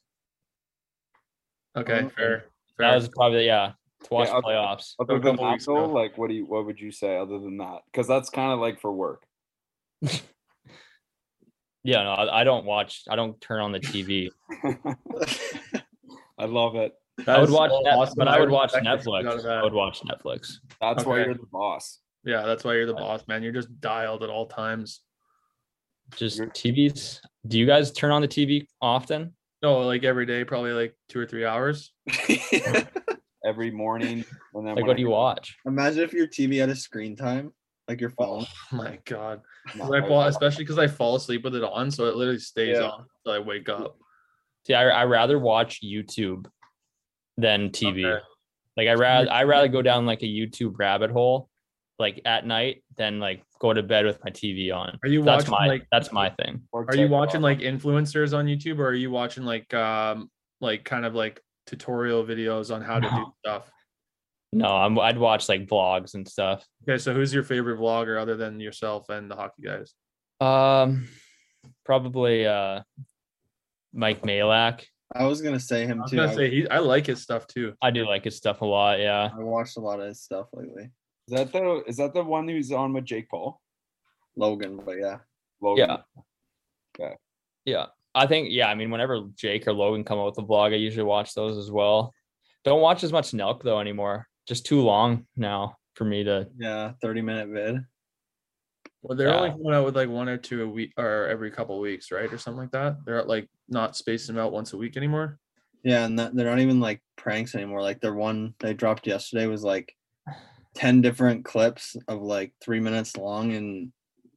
Okay, Oh. fair. fair. That was probably yeah to watch Yeah, the playoffs. Other a than couple that, weeks though, ago. like, what do you, what would you say other than that? Because that's kind of like for work. [laughs] Yeah, no, I, I don't watch. I don't turn on [laughs] the TV. I love it. I would That's watch, so Net- awesome. but I would watch respect the shit out of Netflix. that. I would watch Netflix. That's why Okay. you're the boss. Yeah, that's why you're the boss, man. You're just dialed at all times. Just You're- TVs. Do you guys turn on the TV often? No, like every day, probably like two or three hours. [laughs] Every morning, and then Like, what do you watch? [laughs] Imagine if your TV had a screen time, like your Oh. phone. my god. No, 'Cause I I- fall, especially because I fall asleep with it on, so it literally stays Yeah. on until I wake up. See, I I rather watch YouTube than TV. Okay. Like I rather I rather go down like a YouTube rabbit hole, like at night, than like go to bed with my TV on. Are you That's watching my like that's my thing. Or Are you TikTok. watching like influencers on YouTube or are you watching like um like kind of like tutorial videos on how to do [laughs] No. stuff? No, I'm I'd watch like vlogs and stuff. Okay, so who's your favorite vlogger other than yourself and the hockey guys? Um, probably uh, Mike Malak. I was gonna say him I was too. gonna I, say he, I like his stuff too. I do like his stuff a lot. Yeah. I watched a lot of his stuff lately. Is that the is that the one who's on with Jake Paul? Logan, but yeah, Logan. Yeah. Yeah. I think, yeah, I mean, whenever Jake or Logan come out with a vlog, I usually watch those as well. Don't watch as much Nelk though anymore. Just too long now for me to. yeah, thirty minute vid. Well, they're only Yeah. coming out with like one or two a week or every couple of weeks, right? Or something like that. They're like not spacing them out once a week anymore. Yeah, and that, they're not even like pranks anymore. Like their one they dropped yesterday was like ten different clips of like three minutes long in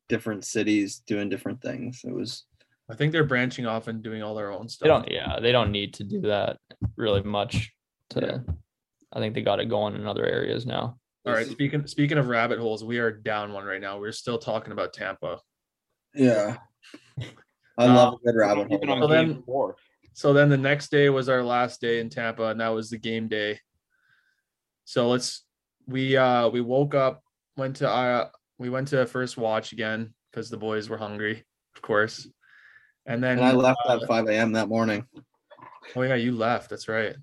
different cities doing different things. It was I think they're branching off and doing all their own They stuff. don't, yeah, they don't need to do that really much. To, I think they got it going in other areas now. All right. Speaking speaking of rabbit holes, we are down one right now. We're still talking about Tampa. [laughs] yeah. I Uh, love a good rabbit hole. Even on So though. then- game four. So then the next day was our last day in Tampa, and that was the game day. So let's we uh we woke up, went to uh we went to first watch again because the boys were hungry, of course. And then and I left [laughs] at five a.m. that morning. oh yeah, you left. That's right.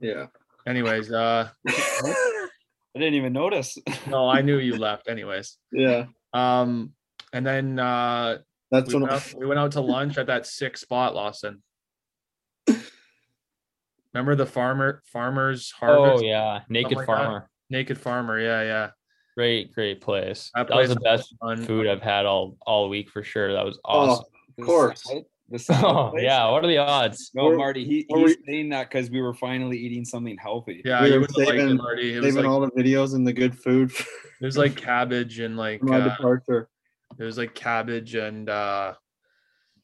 Yeah. Anyways, uh I didn't even notice. [laughs] no, I knew you left. Anyways, [laughs] yeah. um, and then uh That's we when went, out, we went out to lunch at that six spot, [coughs] Lawson. Remember the farmer farmers harvest Oh, yeah. Naked like that. Farmer. naked farmer? Yeah, yeah. Great, great place. That That was place the best on food I've had all all week for sure. That was Oh, awesome. Of course. The salad [laughs] Oh, place? yeah. What are the odds? No, Or- Marty, he, or he's we- saying that because we were finally eating something healthy. Yeah, We you were would have liked it, saving- Marty. It was saving like all the videos and the good [laughs] food for it was like cabbage and like my uh, departure. it was like cabbage and uh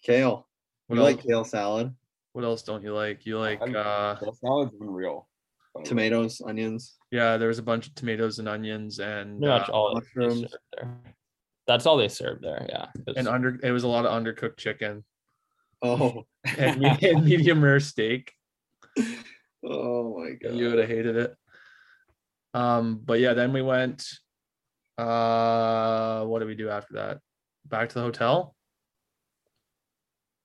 Kale. what We else, like kale salad, what else don't you like? You like I'm- uh That salad's been real. by the way. tomatoes, onions. yeah, there was a bunch of tomatoes and onions and Pretty much uh, all they mushrooms. served there. That's all they served there. Yeah. It and was- under it was a lot of undercooked chicken [laughs] Oh, and me- and medium rare steak. oh my god. You would have hated it. Um, but yeah, then we went uh what did we do after that? Back to the hotel?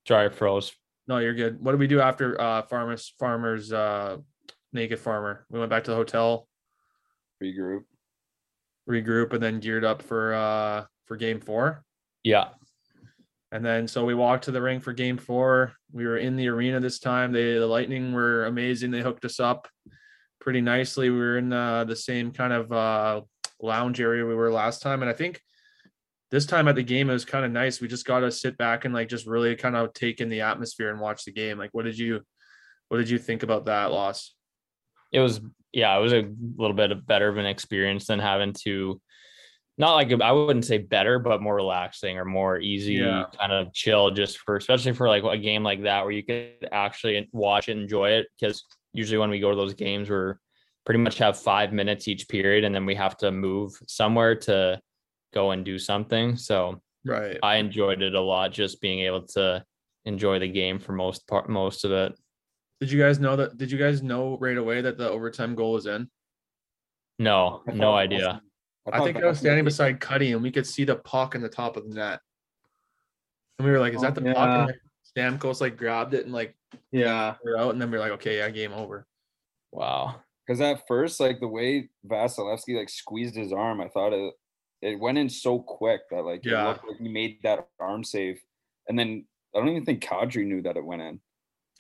Sorry, I froze. No, you're good. What did we do after uh farmers farmers uh naked farmer? We went back to the hotel. regroup. regroup and then geared up for uh for game four Yeah. and then so we walked to the ring for game four we were in the arena this time they the lightning were amazing they hooked us up pretty nicely we were in uh, the same kind of uh lounge area we were last time and i think this time at the game it was kind of nice we just got to sit back and like just really kind of take in the atmosphere and watch the game like what did you what did you think about that loss It was yeah, it was a little bit of better of an experience than having to not like I wouldn't say better, but more relaxing or more easy, Yeah. kind of chill, just for especially for like a game like that where you could actually watch it, enjoy it. Because usually when we go to those games, we're pretty much have five minutes each period, and then we have to move somewhere to go and do something. So right I enjoyed it a lot, just being able to enjoy the game for most part, most of it. did you guys know that did you guys know right away that the overtime goal was in Oh, No, I no thought idea. Nelson- I thought think I was Nelson- standing beside Cuddy and we could see the puck in the top of the net. And we were like, is that the puck? And like, Stamkos like grabbed it and like Yeah. put it out. And then we were like, okay, yeah, game over. Wow. Because at first, like the way Vasilevsky like squeezed his arm, I thought it it went in so quick that like it Yeah. looked like he made that arm save, and then I don't even think Kadri knew that it went in.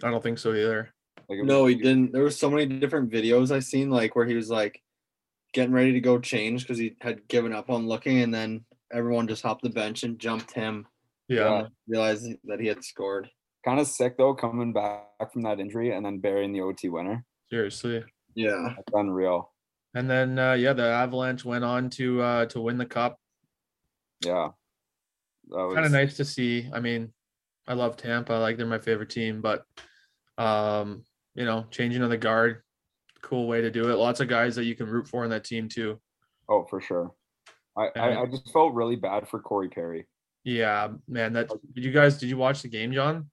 I don't think so either. Like it No, was, he didn't. There were so many different videos I seen like where he was like getting ready to go change because he had given up on looking, and then everyone just hopped the bench and jumped him, Yeah. realized that he had scored. Kind of sick though, coming back from that injury and then burying the OT winner. Seriously. Yeah. That's unreal. And then uh, yeah, the Avalanche went on to uh to win the cup. Yeah, that was Kind of nice to see. I mean, I love Tampa, like they're my favorite team, but um, you know, changing of the guard, cool way to do it. Lots of guys that you can root for in that team too. Oh, for sure. I, I, I just felt really bad for Corey Perry. Yeah, man. That did you guys? Did you watch the game, John?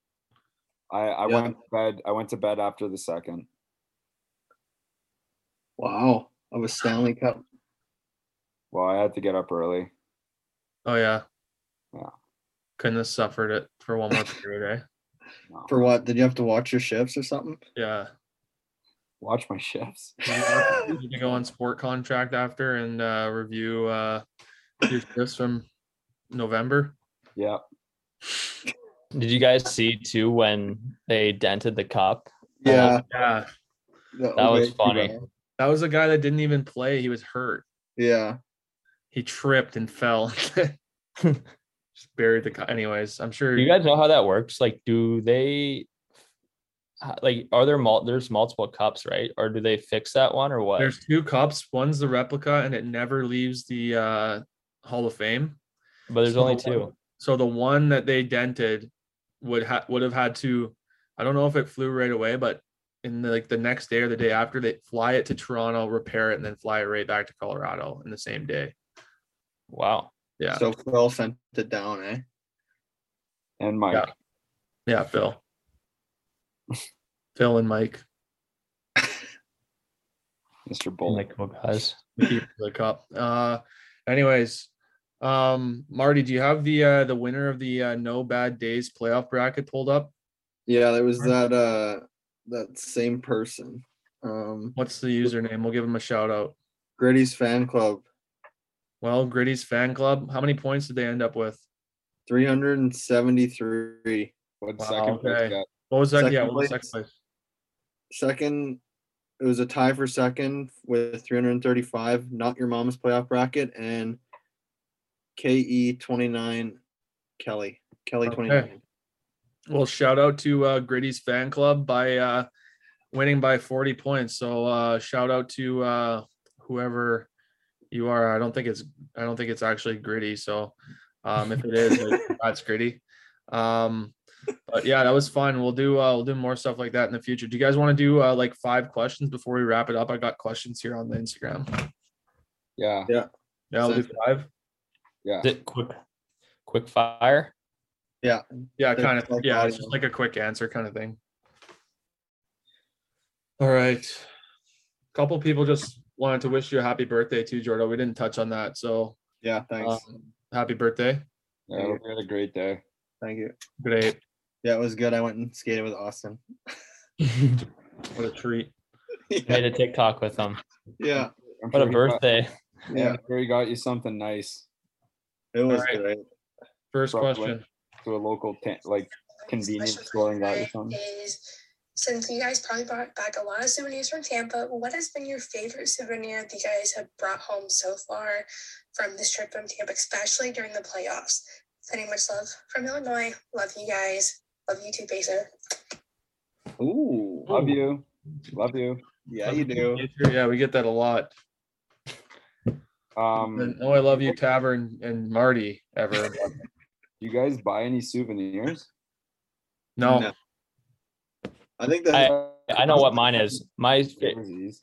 I, I Yeah. went to bed. I went to bed after the second. Wow. Of a Stanley Cup. Well, I had to get up early. Oh yeah. Yeah. Couldn't have suffered it for one more period, eh? For what? Did you have to watch your shifts or something? Yeah. Watch my [laughs] shifts. You need to go on sport contract after and uh, review uh, your shifts from November. Yeah. Did you guys see too when they dented the cup? yeah. Yeah. That was way too funny. bad. That was a guy that didn't even play. He was hurt. Yeah. He tripped and fell. [laughs] Just buried the. Co- Anyways, I'm sure. Do you guys know how that works? Like, do they h- like are there mul- there's multiple cups, right? Or do they fix that one or what? There's two cups. One's the replica, and it never leaves the uh, Hall of Fame. but Oh, there's so only the one- two. So the one that they dented would ha- would have had to. I don't know if it flew right away, but in the, like the next day or the day after, they fly it to Toronto, repair it, and then fly it right back to Colorado in the same day. Wow. Yeah, So Phil sent it down, eh? And Mike. Yeah. yeah, [laughs] Phil, Phil, and Mike Mr. Bull. Unbelievable, guys. keep the cup. Uh, anyways, um, Marty, do you have the uh, the winner of the uh, No Bad Days playoff bracket pulled up? Yeah, there was that uh that same person. Um What's the username? We'll give him a shout out. Gritty's fan club. Well, Gritty's fan club. How many points did they end up with? 373. What Wow, second place okay. got? What was that? Second yeah, what was place. second place? Second, it was a tie for second with 335, not your mom's playoff bracket, and KE29 Kelly. Kelly Okay. 29. Well, shout out to uh, Gritty's fan club by uh, winning by 40 points. So uh, shout out to uh, whoever you are. I don't think it's I don't think it's actually Gritty. So um, if it is, like, that's Gritty. Um, but yeah, that was fun. We'll do uh, we'll do more stuff like that in the future. Do you guys want to do uh, like five questions before we wrap it up? I got questions here on the Instagram. Yeah. Yeah, we'll do five. Yeah. Is it quick quick fire? Yeah, They're kind of. just like yeah, it's audio. just like a quick answer kind of thing. All right. Couple people just wanted to wish you a happy birthday too, Jordan. We didn't touch on that, so Yeah, thanks. um, happy birthday. Yeah, I hope you had a great day. Thank you. Great. Yeah, it was good. I went and skated with Austin. [laughs] What a treat. Made a TikTok with them. yeah, I'm What a sure he got- birthday. yeah. I'm sure he got you something nice It was right. great. First Probably. question. to a local tent, like convenience Special store and got you today something. Is since you guys probably brought back a lot of souvenirs from Tampa, what has been your favorite souvenir that you guys have brought home so far from this trip from Tampa, especially during the playoffs? Sending much love from Illinois. Love you guys. Love you too, Baser. Ooh. Love you. Love you. Yeah, you do. Yeah, we get that a lot. Um, And, oh, I love you, Tavern and Marty. [laughs] Ever? do you guys buy any souvenirs? No. No. I think that. I know what mine is. My fa- Jerseys.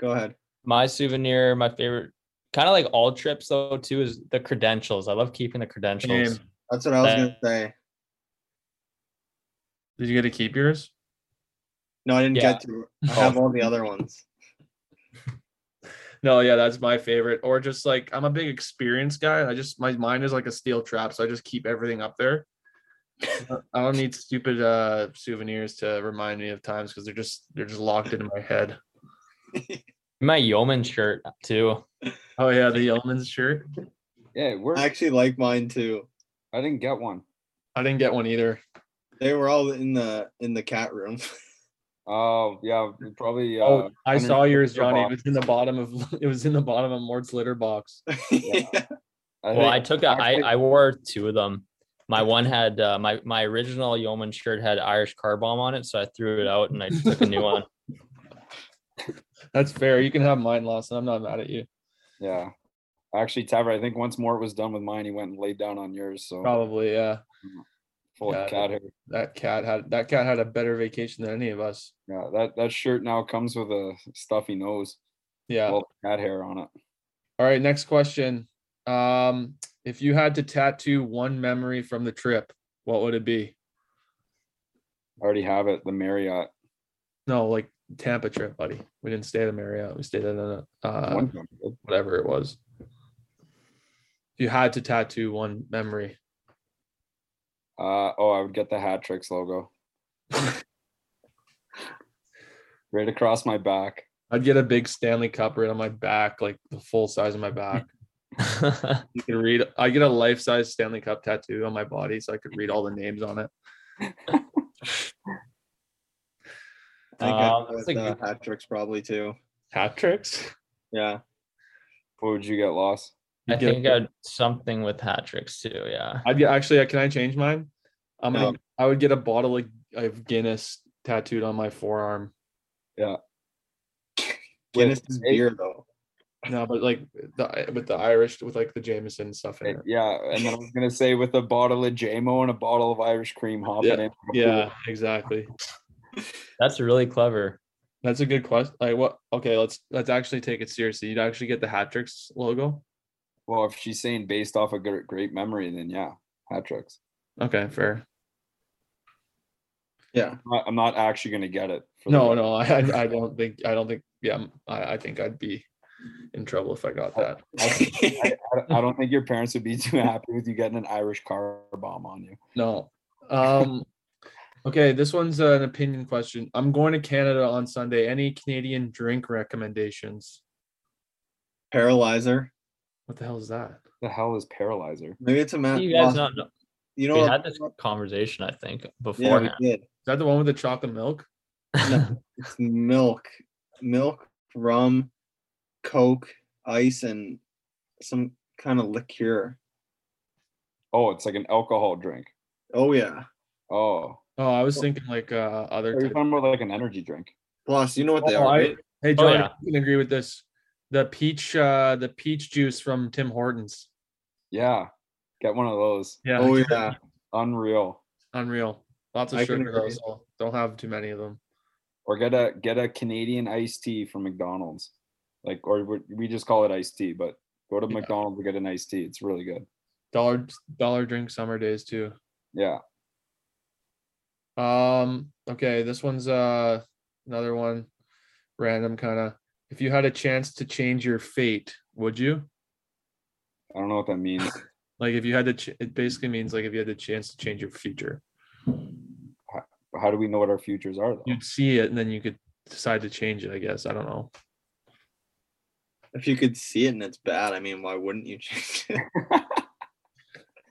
go ahead. my souvenir, my favorite kind of like all trips though too is the credentials. I love keeping the credentials. Same. That's what I was That- gonna say. Did you get to keep yours? No, I didn't Yeah. get to. I have all [laughs] the other ones. No, yeah, that's my favorite. Or just like I'm a big experience guy. and I just my mind is like a steel trap, so I just keep everything up [laughs] there. I don't need stupid uh souvenirs to remind me of times because they're just they're just locked into my head. My yeoman shirt too. Oh yeah, the Yeoman's shirt. Yeah, we're. I actually like mine too. I didn't get one. I didn't get one either. They were all in the in the cat room. [laughs] Oh yeah, we probably. Uh, oh, I under saw the yours, litter Johnny. It box. was in the bottom of [laughs] it was in the bottom of Mort's litter box. [laughs] yeah. I Well, I think- took a, I, actually- I wore two of them. My one had uh, my my original yeoman shirt had Irish car bomb on it, so I threw it out and I [laughs] took a new one. [laughs] That's fair. You can have mine, Lawson. I'm not mad at you. yeah. Actually, Taver, I think once more it was done with mine, he went and laid down on yours. So Probably, yeah. Holy Yeah. cat hair. That cat had that cat had a better vacation than any of us. Yeah, that, that shirt now comes with a stuffy nose. Yeah. Well, cat hair on it. All right, next question. Um, if you had to tattoo one memory from the trip, what would it be? I already have it. The Marriott. No, like Tampa trip, buddy. We didn't stay at a Marriott. We stayed at a uh, One time. whatever it was. If you had to tattoo one memory, Uh, oh, I would get the hat [laughs] tricks logo. right across my back. I'd get a big Stanley Cup right on my back, like the full size of my back. You can read. I get a life size Stanley Cup tattoo on my body, so I could read all the names on it. I think Um, I'd go that's with, a uh, good- hat tricks probably too. Hat tricks. Yeah. What would you get lost? I get- think I'd something with hat tricks too. Yeah. I'd get actually. uh, Can I change mine? I'm gonna. No. I would get a bottle of, of Guinness tattooed on my forearm. With Guinness is eight- beer though. No, but like the with the Irish with like the Jameson stuff in eh, it. Yeah, and then I was gonna say with a bottle of JMO and a bottle of Irish cream hopping in. Yeah, exactly. That's really clever. That's a good question. Like what? Okay, let's let's actually take it seriously. You'd actually get the Hatrix logo. Well, if she's saying based off a great, great memory, then yeah, hat tricks. Okay, fair. Yeah. I'm not- I'm not actually gonna get it. for the No, record. no, I I I don't think I don't think yeah I'm- I I think I'd be in trouble if I Oh. got that. [laughs] I, I don't- I don't think your parents would be too happy with you getting an Irish car bomb on you. No. Um okay, this one's uh, an opinion question. I'm going to Canada on Sunday. Any Canadian drink recommendations? Paralyzer. What the hell is that? The hell is paralyzer? Maybe it's a Matt. You guys Ross- not know. you know We what- had this conversation, I think, Yeah, beforehand. we [laughs] did. Is that the one with the chocolate milk? No, it's milk, milk, rum, coke, ice, and some kind of liqueur. Oh, it's like an alcohol drink. Oh yeah. Oh, Oh, I was thinking like uh other are you type. talking about like an energy drink? Plus, you know what they Oh, are. I- right? Hey John, yeah. you can agree with this. The peach uh the peach juice from Tim Hortons. Yeah, get one of those. Yeah. [laughs] Oh yeah. Unreal. Unreal. Lots of I can sugar though, agree. so don't have too many of them. Or get a get a Canadian iced tea from McDonald's, like or we- we just call it iced tea, but go to Yeah. McDonald's and get an iced tea. It's really good. Dollar dollar drink summer days too. Yeah. Um, okay, this one's uh another one random kind of. If you had a chance to change your fate, would you? I don't know what that [laughs] means. Like if you had to ch- it basically means like if you had a chance to change your future. How do we know what our futures are though? You'd see it and then you could decide to change it, I guess. I don't know. If you could see it and it's bad, I mean, why wouldn't you [laughs] change it?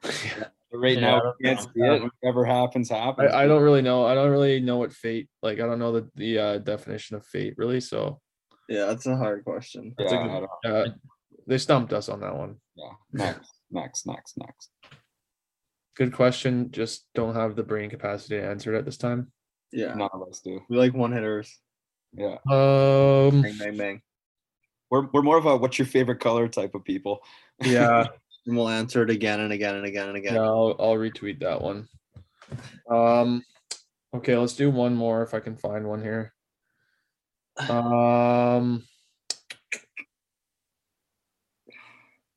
But right Yeah, I now, don't we can't know. see it. Whatever happens, happens. I, I don't really know. I don't really know what fate like I don't know the the uh definition of fate really, so yeah, that's a hard question. that's a Yeah, I good- uh, they stumped us on that one. Yeah. Next, next, next, next. Good question. Just don't have the brain capacity to answer it at this time. Yeah. None of us do. We like one hitters. Yeah. Um Bang, bang, bang. We're, we're more of a what's your favorite color type of people. [laughs] yeah. And we'll answer it again and again and again and again. Yeah, I'll, I'll retweet that one. Um, okay, let's do one more if I can find one here. Um,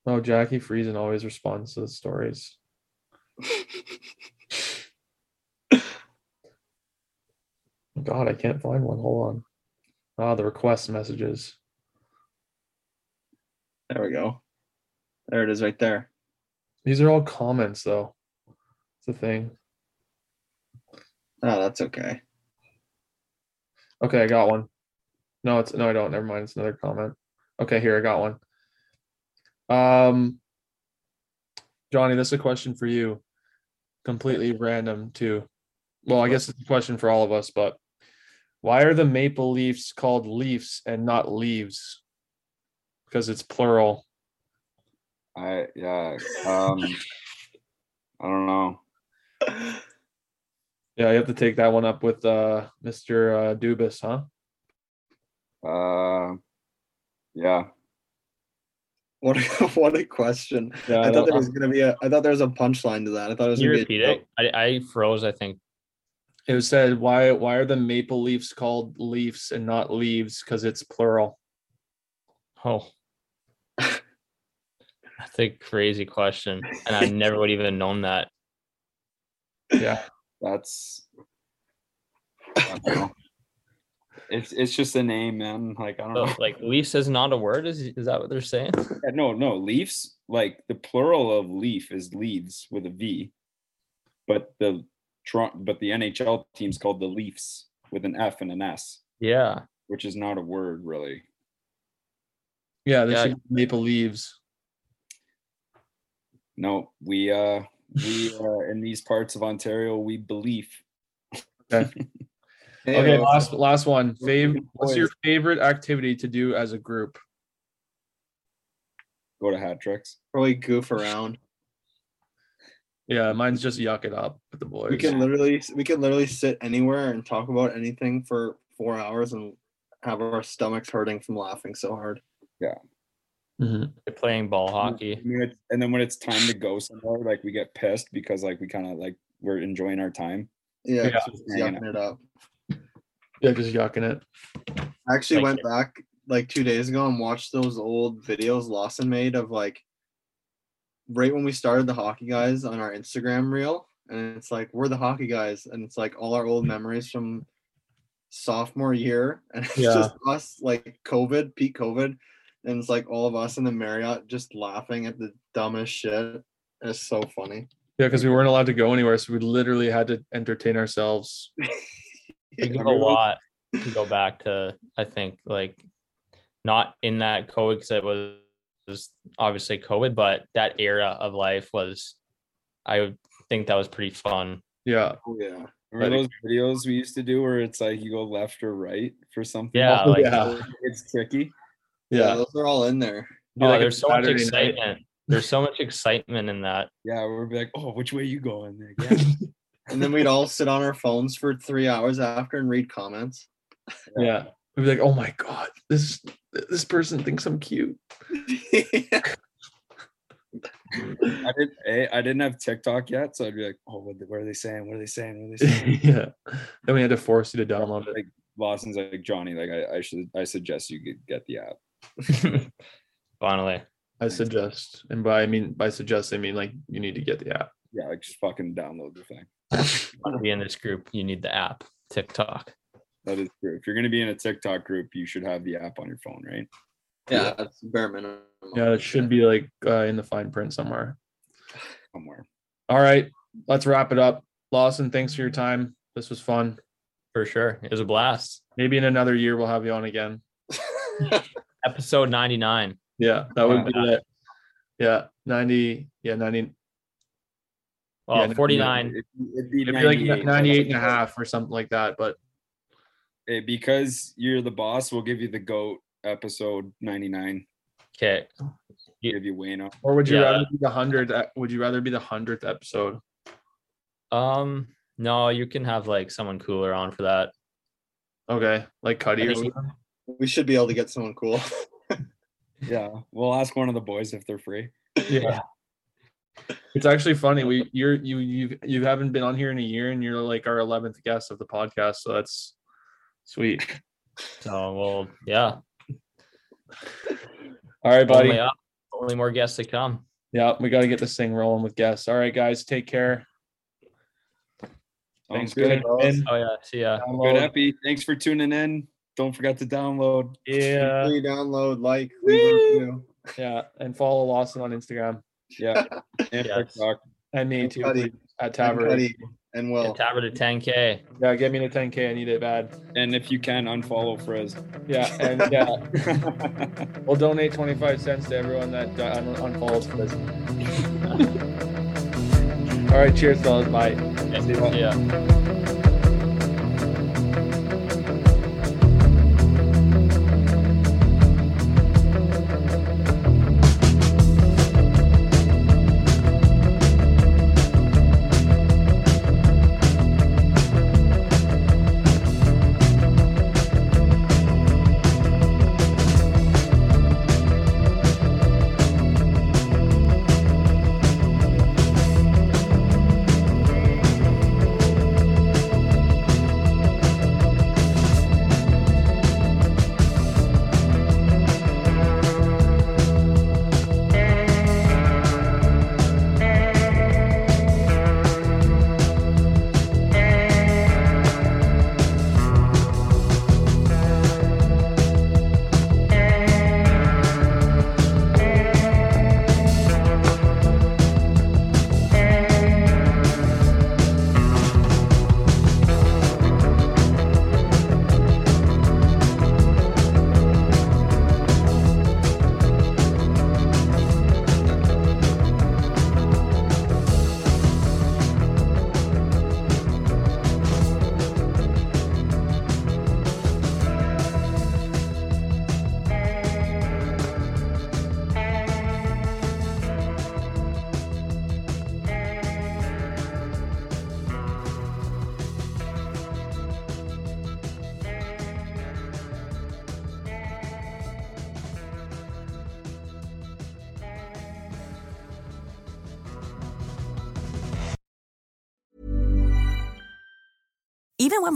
oh, Jackie Friesen always responds to the stories. God, I can't find one. Hold on. Ah, the request messages. There we go. There it is right there. These are all comments, though. It's the thing. Oh, that's okay. [laughs] Okay, I got one. No, it's no, I don't. Never mind. It's another comment. Okay, here I got one. Um, Johnny, this is a question for you. Completely random too. Well, I guess it's a question for all of us, but why are the maple leaves called leaves and not leaves? Because it's plural. I yeah. [laughs] Um, I don't know. Yeah, you have to take that one up with uh Mr. Uh, Dubas, huh? Uh, yeah. What a, [laughs] what a question. Uh, Yeah, I thought don't- there was gonna be a I thought there was a punchline to that. I thought it was Can you gonna repeat be a joke. it? I, I froze. I think. It was said, why why are the maple leaves called leaves and not leaves? Because it's plural. Oh. That's a crazy question, and I never would even known that. That's. I don't know. It's it's just a name, man. Like I don't So, know. like Leafs is not a word. Is is that what they're saying? Yeah, [laughs] No, no, leaves, like the plural of leaf is leaves with a V. But the Toron- but the NHL team's called the Leafs with an F and an S, Yeah. which is not a word really. Yeah, they Yeah. should be maple leaves. No, we uh we uh in these parts of Ontario we believe Hey, Okay, uh, last last one. Fav- Good what's your favorite activity to do as a group? go to hat tricks. probably goof around. Yeah, mine's just yuck it up with the boys. We can literally we can literally sit anywhere and talk about anything for four hours and have our stomachs hurting from laughing so hard. Mhm. They're playing ball I hockey. mean, it's- and then when it's time to go somewhere, like we get pissed because like we kind of like we're enjoying our time. Yeah, Yeah. 'cause it's Hanging yucking it up. Yeah, just yucking it. I actually Like- went back like two days ago and watched those old videos Lawson made of like right when we started the hockey guys on our Instagram reel. And it's like, we're the hockey guys. And it's like all our old memories from sophomore year. [laughs] And it's Yeah. just us like COVID, peak COVID. And it's like all of us in the Marriott just laughing at the dumbest shit. It's so funny. Yeah, because we weren't allowed to go anywhere, so we literally had to entertain ourselves. We give a Everyone- lot to go back to. I think like not in that COVID because it was, was obviously COVID, but that era of life was. I would think that was pretty fun. Yeah. Oh, yeah. Remember those videos we used to do where it's like you go left or right for something? Yeah, Oh, like yeah. [laughs] It's tricky. Yeah. Yeah. Those are all in there. Be oh, like a there's so much Saturday night. excitement. There's so much excitement in that. [laughs] Yeah, we're like, oh, which way you going? Like, [laughs] yeah. And then we'd all sit on our phones for three hours after and read comments. Yeah. We'd be like, oh my god, this this person thinks I'm cute. [laughs] [laughs] I didn't. eh, I didn't have TikTok yet, so I'd be like, oh, what, what are they saying? What are they saying? [laughs] What are they saying? yeah. Then we had to force you to download it. like Lawson's like Johnny. Like I, I should. I suggest you get get the app. Finally. I suggest, and by I mean by suggest, I mean like you need to get the app. Yeah, like just fucking download the thing. to be in this group, you need the app, TikTok. That is true. If you're gonna be in a TikTok group, you should have the app on your phone, right? Yeah, that's bare minimum. Yeah, it should [laughs] be like uh, in the fine print somewhere. Somewhere. All right, let's wrap it up. Lawson, thanks for your time. This was fun. For sure. It was a blast. Maybe in another year we'll have you on again. Episode 99. Yeah, that would be it. Yeah, ninety. Yeah, ninety. Well, Yeah, 49. It'd be- it'd be It'd be like 98. 98 and a half or something like that. But Eh, because you're the boss, we'll give you the goat episode 99. Okay. Yeah. Give you Wayne up. or would you Yeah. rather be the hundred? Would you rather be the hundredth episode? Um, no, you can have like someone cooler on for that. Okay, like Cuddy. Or think- something? We should be able to get someone cool. Yeah, we'll ask one of the boys if they're free. yeah. It's actually funny. We you're you you you haven't been on here in a year, and you're like our eleventh guest of the podcast. So that's sweet. So well, yeah. All right, buddy. Only, up, only more guests to come. Yeah, we got to get this thing rolling with guests. All right, guys, take care. Sounds Thanks for good. tuning in. Oh yeah. See ya. Good Download. Epi. Thanks for tuning in. Don't forget to download. Yeah, Free download, like, leave a review. yeah, and follow Lawson on Instagram Yeah. And Yes. TikTok. and me And too Cuddy. please, at And Tavern. Cuddy and Well, Will. Get Tabard to 10K. Yeah, get me to 10k. I need it bad. And if you can, unfollow Frizz. [laughs] Yeah, and yeah, we'll donate 25 cents to everyone that uh, un- unfollows for this. [laughs] All right, cheers, fellas. Bye. Okay, See ya. Even when